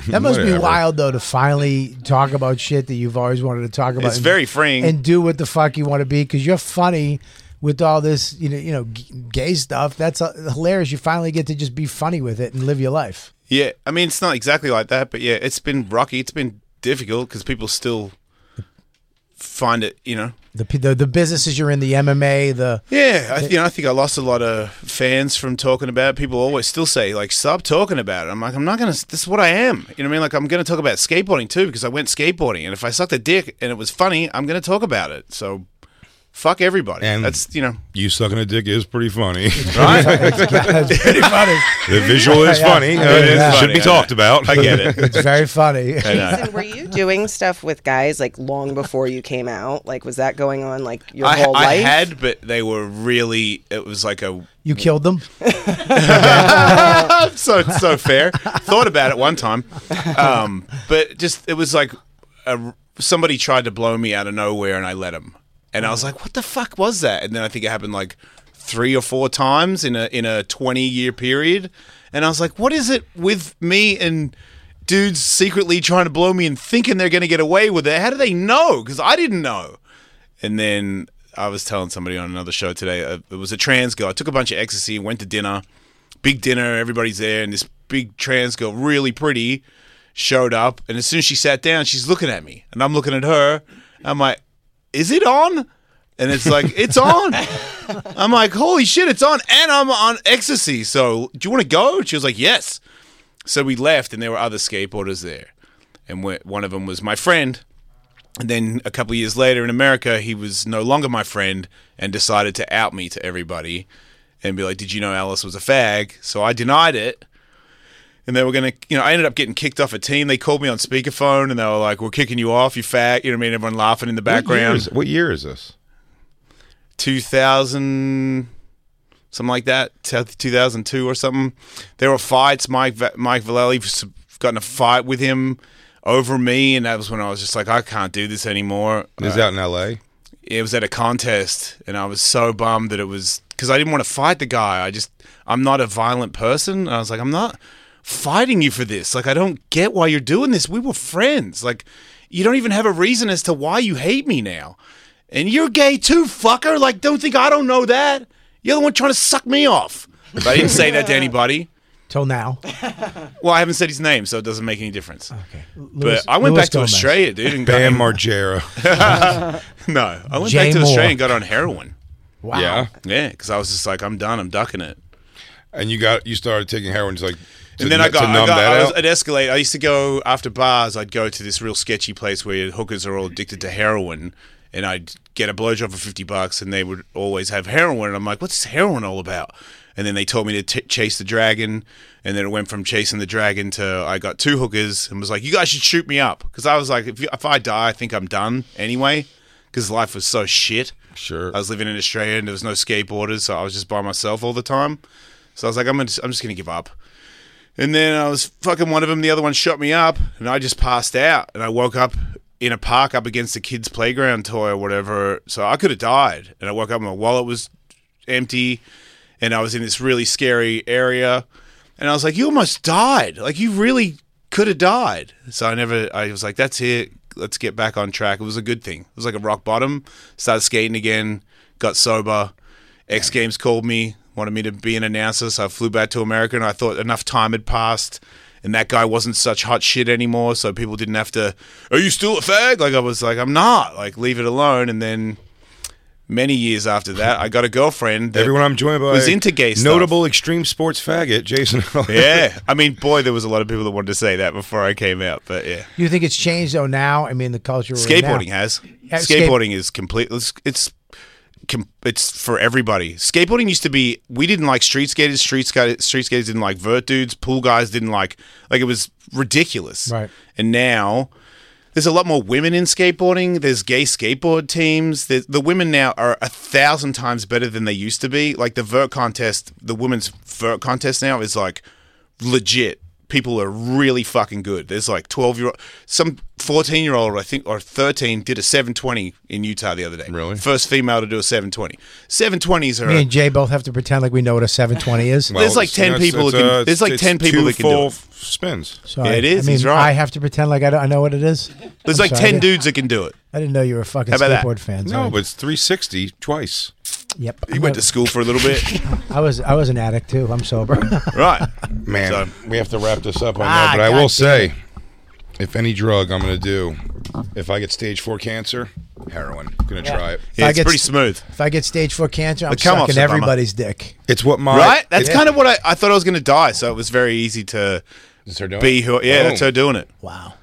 Speaker 3: That must be
Speaker 2: Whatever.
Speaker 3: wild though to finally talk about shit that you've always wanted to talk about.
Speaker 6: It's very freeing.
Speaker 3: and do what the fuck you want to be because you're funny with all this, you know, you know, g- gay stuff. That's uh, hilarious. You finally get to just be funny with it and live your life.
Speaker 6: Yeah, I mean, it's not exactly like that, but yeah, it's been rocky. It's been difficult because people still find it, you know.
Speaker 3: The p- the, the businesses you're in, the MMA, the
Speaker 6: Yeah, I, you know, I think I lost a lot of fans from talking about it. People always still say like, "Stop talking about it." I'm like, I'm not gonna. This is what I am. You know what I mean? Like, I'm gonna talk about skateboarding too because I went skateboarding, and if I sucked a dick and it was funny, I'm gonna talk about it. So, fuck everybody.
Speaker 2: And-
Speaker 6: That's you know,
Speaker 2: You sucking a dick is pretty funny.
Speaker 3: it's pretty funny.
Speaker 2: the visual is
Speaker 3: Yeah.
Speaker 2: funny.
Speaker 3: Yeah.
Speaker 2: Uh, it
Speaker 3: Yeah.
Speaker 2: should
Speaker 6: Funny,
Speaker 2: be
Speaker 6: I
Speaker 2: talked about.
Speaker 6: I get it.
Speaker 3: It's very funny.
Speaker 5: Jason, were you doing stuff with guys like long before you came out? Like, was that going on like your
Speaker 6: I,
Speaker 5: whole
Speaker 6: I
Speaker 5: life?
Speaker 6: had, but they were really. It was like a
Speaker 3: You killed them.
Speaker 6: so so fair. Thought about it one time, um, but just it was like a, somebody tried to blow me out of nowhere, and I let him. And I was like, "What the fuck was that?" And then I think it happened like three or four times in a in a twenty year period. And I was like, "What is it with me and?" Dudes secretly trying to blow me and thinking they're going to get away with it. How do they know? Because I didn't know. And then I was telling somebody on another show today, uh, it was a trans girl. I took a bunch of ecstasy, went to dinner, big dinner, everybody's there, and this big trans girl, really pretty, showed up. And as soon as she sat down, she's looking at me, and I'm looking at her. I'm like, is it on? And it's like, it's on. I'm like, holy shit, it's on. And I'm on ecstasy. So do you want to go? She was like, yes. So we left, and there were other skateboarders there. And we- one of them was my friend. And then a couple of years later in America, he was no longer my friend and decided to out me to everybody and be like, Did you know Alice was a fag? So I denied it. And they were going to, you know, I ended up getting kicked off a team. They called me on speakerphone and they were like, We're kicking you off, you fag. You know what I mean? Everyone laughing in the
Speaker 2: What year,
Speaker 6: background.
Speaker 2: is, what year is this?
Speaker 6: 2000 something like that t- 2002 or something there were fights mike Va- mike Vallely s- got in a fight with him over me and that was when i was just like i can't do this anymore
Speaker 2: Is out in L.A.
Speaker 6: it was at a contest and i was so bummed that it was because i didn't want to fight the guy i just i'm not a violent person and i was like i'm not fighting you for this. Like, I don't get why you're doing this. We were friends. Like, you don't even have a reason as to why you hate me now. And you're gay too, fucker. Like, don't think I don't know that. You're the one trying to suck me off. But I didn't say that to anybody.
Speaker 3: Till now.
Speaker 6: Well, I haven't said his name, so it doesn't make any difference. Okay.
Speaker 3: Luis-
Speaker 6: but I went
Speaker 3: Luis
Speaker 6: back to
Speaker 3: Gomez.
Speaker 6: Australia, dude, and got
Speaker 2: Bam Margera.
Speaker 6: no. I went
Speaker 3: Jay
Speaker 6: back to
Speaker 3: Moore.
Speaker 6: Australia and got on heroin.
Speaker 3: Wow.
Speaker 2: Yeah.
Speaker 6: Yeah, because I was just like, I'm done. I'm ducking it.
Speaker 2: And you got you started taking heroin just like to
Speaker 6: and then
Speaker 2: nu-
Speaker 6: I
Speaker 2: to
Speaker 6: got,
Speaker 2: numb
Speaker 6: I got
Speaker 2: that
Speaker 6: I was,
Speaker 2: out?
Speaker 6: I'd escalate. I used to go after bars. I'd go to this real sketchy place where hookers are all addicted to heroin, and I'd get a blowjob for fifty bucks, and they would always have heroin. And I'm like, what's this heroin all about? And then they told me to t- chase the dragon, and then it went from chasing the dragon to I got two hookers and was like, you guys should shoot me up because I was like, if, you, if I die, I think I'm done anyway because life was so shit.
Speaker 2: Sure.
Speaker 6: I was living in Australia and there was no skateboarders, so I was just by myself all the time. So I was like, I'm gonna, I'm just gonna give up. And then I was fucking one of them. The other one shot me up, and I just passed out. And I woke up in a park up against a kid's playground toy or whatever. So I could have died. And I woke up, my wallet was empty, and I was in this really scary area. And I was like, "You almost died. Like you really could have died." So I never. I was like, "That's it. Let's get back on track." It was a good thing. It was like a rock bottom. Started skating again. Got sober. X Games called me, wanted me to be an announcer, so I flew back to America, and I thought enough time had passed, and that guy wasn't such hot shit anymore, so people didn't have to. Are you still a fag? Like I was like, I'm not. Like leave it alone. And then many years after that, I got a girlfriend. that
Speaker 2: Everyone I'm joined by
Speaker 6: was into gay stuff.
Speaker 2: notable extreme sports faggot Jason. Elliott.
Speaker 6: Yeah, I mean, boy, there was a lot of people that wanted to say that before I came out, but yeah.
Speaker 3: You think it's changed though now? I mean, the culture. we're in now.
Speaker 6: Skateboarding has.
Speaker 3: Yeah, skate-
Speaker 6: Skateboarding is complete. It's it's, com- it's for everybody. Skateboarding used to be we didn't like street skaters. Street skaters, street skaters didn't like vert dudes. Pool guys didn't like like it was ridiculous.
Speaker 3: Right.
Speaker 6: And now there's a lot more women in skateboarding. There's gay skateboard teams. The, the women now are a thousand times better than they used to be. Like the vert contest, the women's vert contest now is like legit. People are really fucking good. There's like 12 year old, some 14 year old, I think, or 13 did a 720 in Utah the other day.
Speaker 2: Really?
Speaker 6: First female to do a 720. 720s are.
Speaker 3: Me and Jay both have to pretend like we know what a 720 is.
Speaker 2: Well,
Speaker 6: There's like
Speaker 2: it's-
Speaker 6: 10
Speaker 2: it's-
Speaker 6: people
Speaker 2: it's,
Speaker 6: that can-
Speaker 2: uh,
Speaker 6: there's like
Speaker 2: it's
Speaker 6: 10 people
Speaker 2: two
Speaker 6: that can do
Speaker 2: full
Speaker 6: it.
Speaker 2: f- spins.
Speaker 3: Sorry.
Speaker 6: it
Speaker 3: I
Speaker 6: is,
Speaker 3: mean,
Speaker 6: he's right.
Speaker 3: I have to pretend like I, don't, I know what it is.
Speaker 6: there's
Speaker 3: I'm
Speaker 6: like
Speaker 3: sorry,
Speaker 6: 10
Speaker 3: I-
Speaker 6: dudes that can do it.
Speaker 3: I didn't know you were a fucking
Speaker 6: How about that?
Speaker 3: skateboard fan.
Speaker 2: No,
Speaker 3: sorry.
Speaker 2: but it's 360 twice.
Speaker 3: yep.
Speaker 6: You went to school for a little bit.
Speaker 3: I was I was an addict too. I'm sober.
Speaker 6: right.
Speaker 2: Man,
Speaker 6: So-
Speaker 2: we have to wrap this up on
Speaker 3: Ah,
Speaker 2: that. But I
Speaker 3: God damn
Speaker 2: will say, if any drug I'm going to do, if I get stage four cancer, heroin. going to try it.
Speaker 6: Yeah,
Speaker 3: I
Speaker 6: it's
Speaker 3: get
Speaker 6: pretty
Speaker 3: s-
Speaker 6: smooth.
Speaker 3: if I get stage four cancer, I'm
Speaker 6: The come-off's
Speaker 3: sucking
Speaker 6: a bummer.
Speaker 3: everybody's dick.
Speaker 2: It's what my
Speaker 6: right? That's
Speaker 2: Yeah.
Speaker 6: kind of what I, I thought I was going to die. So it was very easy to
Speaker 2: Is her doing
Speaker 6: be
Speaker 2: it?
Speaker 6: who. Yeah, that's
Speaker 2: Boom.
Speaker 6: her doing it.
Speaker 3: Wow.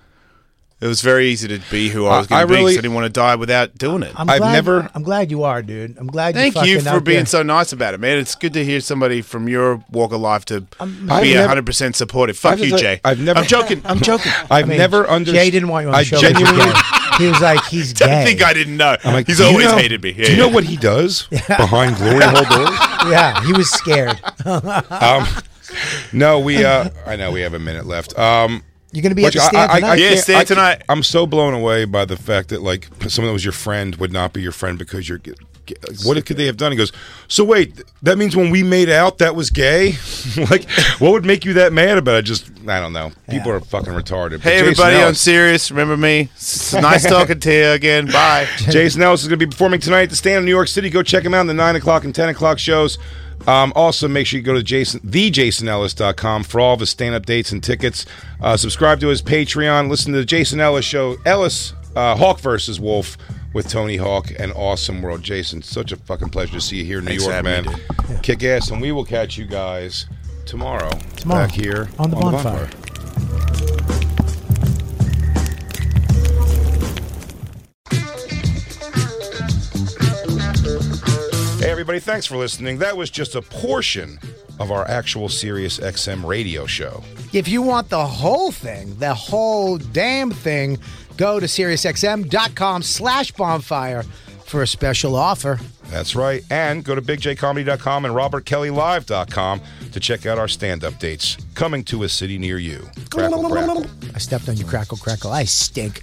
Speaker 6: It was very easy to be who I was
Speaker 2: I- I
Speaker 6: going to be. 'cause
Speaker 2: really-
Speaker 6: I didn't want to die without doing it.
Speaker 3: I'm
Speaker 2: I've
Speaker 3: glad,
Speaker 2: never-
Speaker 3: I'm glad you are, dude. I'm glad
Speaker 6: Thank
Speaker 3: you.
Speaker 6: you
Speaker 3: fucking out
Speaker 6: for being
Speaker 3: there.
Speaker 6: so nice about it, man. It's good to hear somebody from your walk of life to
Speaker 2: I've
Speaker 6: be
Speaker 2: never-
Speaker 6: hundred percent supportive. Fuck
Speaker 2: I've
Speaker 6: you,
Speaker 2: just-
Speaker 6: Jay.
Speaker 2: I've never-
Speaker 6: I'm joking. I'm joking. I
Speaker 2: I've
Speaker 3: I mean,
Speaker 2: never understood.
Speaker 3: Jay dn't want you on the
Speaker 2: I
Speaker 3: show. 'cause he's
Speaker 2: genuinely.
Speaker 3: gay. he was like, he's gay.
Speaker 6: don't think I didn't know.
Speaker 2: I'm like,
Speaker 6: He's
Speaker 2: "Do you
Speaker 6: always
Speaker 2: know-
Speaker 6: hated me. Yeah,
Speaker 2: Do you know
Speaker 6: yeah.
Speaker 2: what he does behind glory hole doors?
Speaker 3: Yeah, he was scared.
Speaker 2: Um, no, we. Uh, I know we have a minute left. Um,
Speaker 3: You're gonna be
Speaker 2: Which
Speaker 3: at the stand
Speaker 2: I, I, I,
Speaker 3: tonight.
Speaker 6: Yeah,
Speaker 2: can't-
Speaker 6: stand
Speaker 2: I can't-
Speaker 6: tonight.
Speaker 2: I'm so blown away by the fact that like someone that was your friend would not be your friend because you're. g- g- What could they have done? He goes. So wait, th- that means when we made out, that was gay. like, what would make you that mad about it? Just I don't know. People are fucking retarded. But
Speaker 6: Hey,
Speaker 2: Jason
Speaker 6: everybody, I'm
Speaker 2: Ellis-
Speaker 6: serious. Remember me. It's nice talking to you again. Bye.
Speaker 2: Jason Ellis is going to be performing tonight at the stand in New York City. Go check him out in the nine o'clock and ten o'clock shows. Um, also, make sure you go to Jason thejasonellis.com for all of his stand-up dates and tickets. Uh, subscribe to his Patreon. Listen to the Jason Ellis show, Ellis uh, Hawk versus Wolf with Tony Hawk and Awesome World. Jason, such a fucking pleasure to see you here in New
Speaker 6: Thanks for
Speaker 2: York, man.
Speaker 6: having me,
Speaker 2: Kick ass, and we will catch you guys tomorrow,
Speaker 3: Tomorrow
Speaker 2: back here
Speaker 3: on the bonfire.
Speaker 2: Hey, everybody, thanks for listening. That was just a portion of our actual Sirius XM radio show.
Speaker 3: If you want the whole thing, the whole damn thing, go to SiriusXM.com slash bonfire for a special offer.
Speaker 2: That's right. And go to bigjcomedy.com and robertkellylive.com to check out our stand up dates coming to a city near you. Crackle, crackle.
Speaker 3: I stepped on you, crackle, crackle. I stink.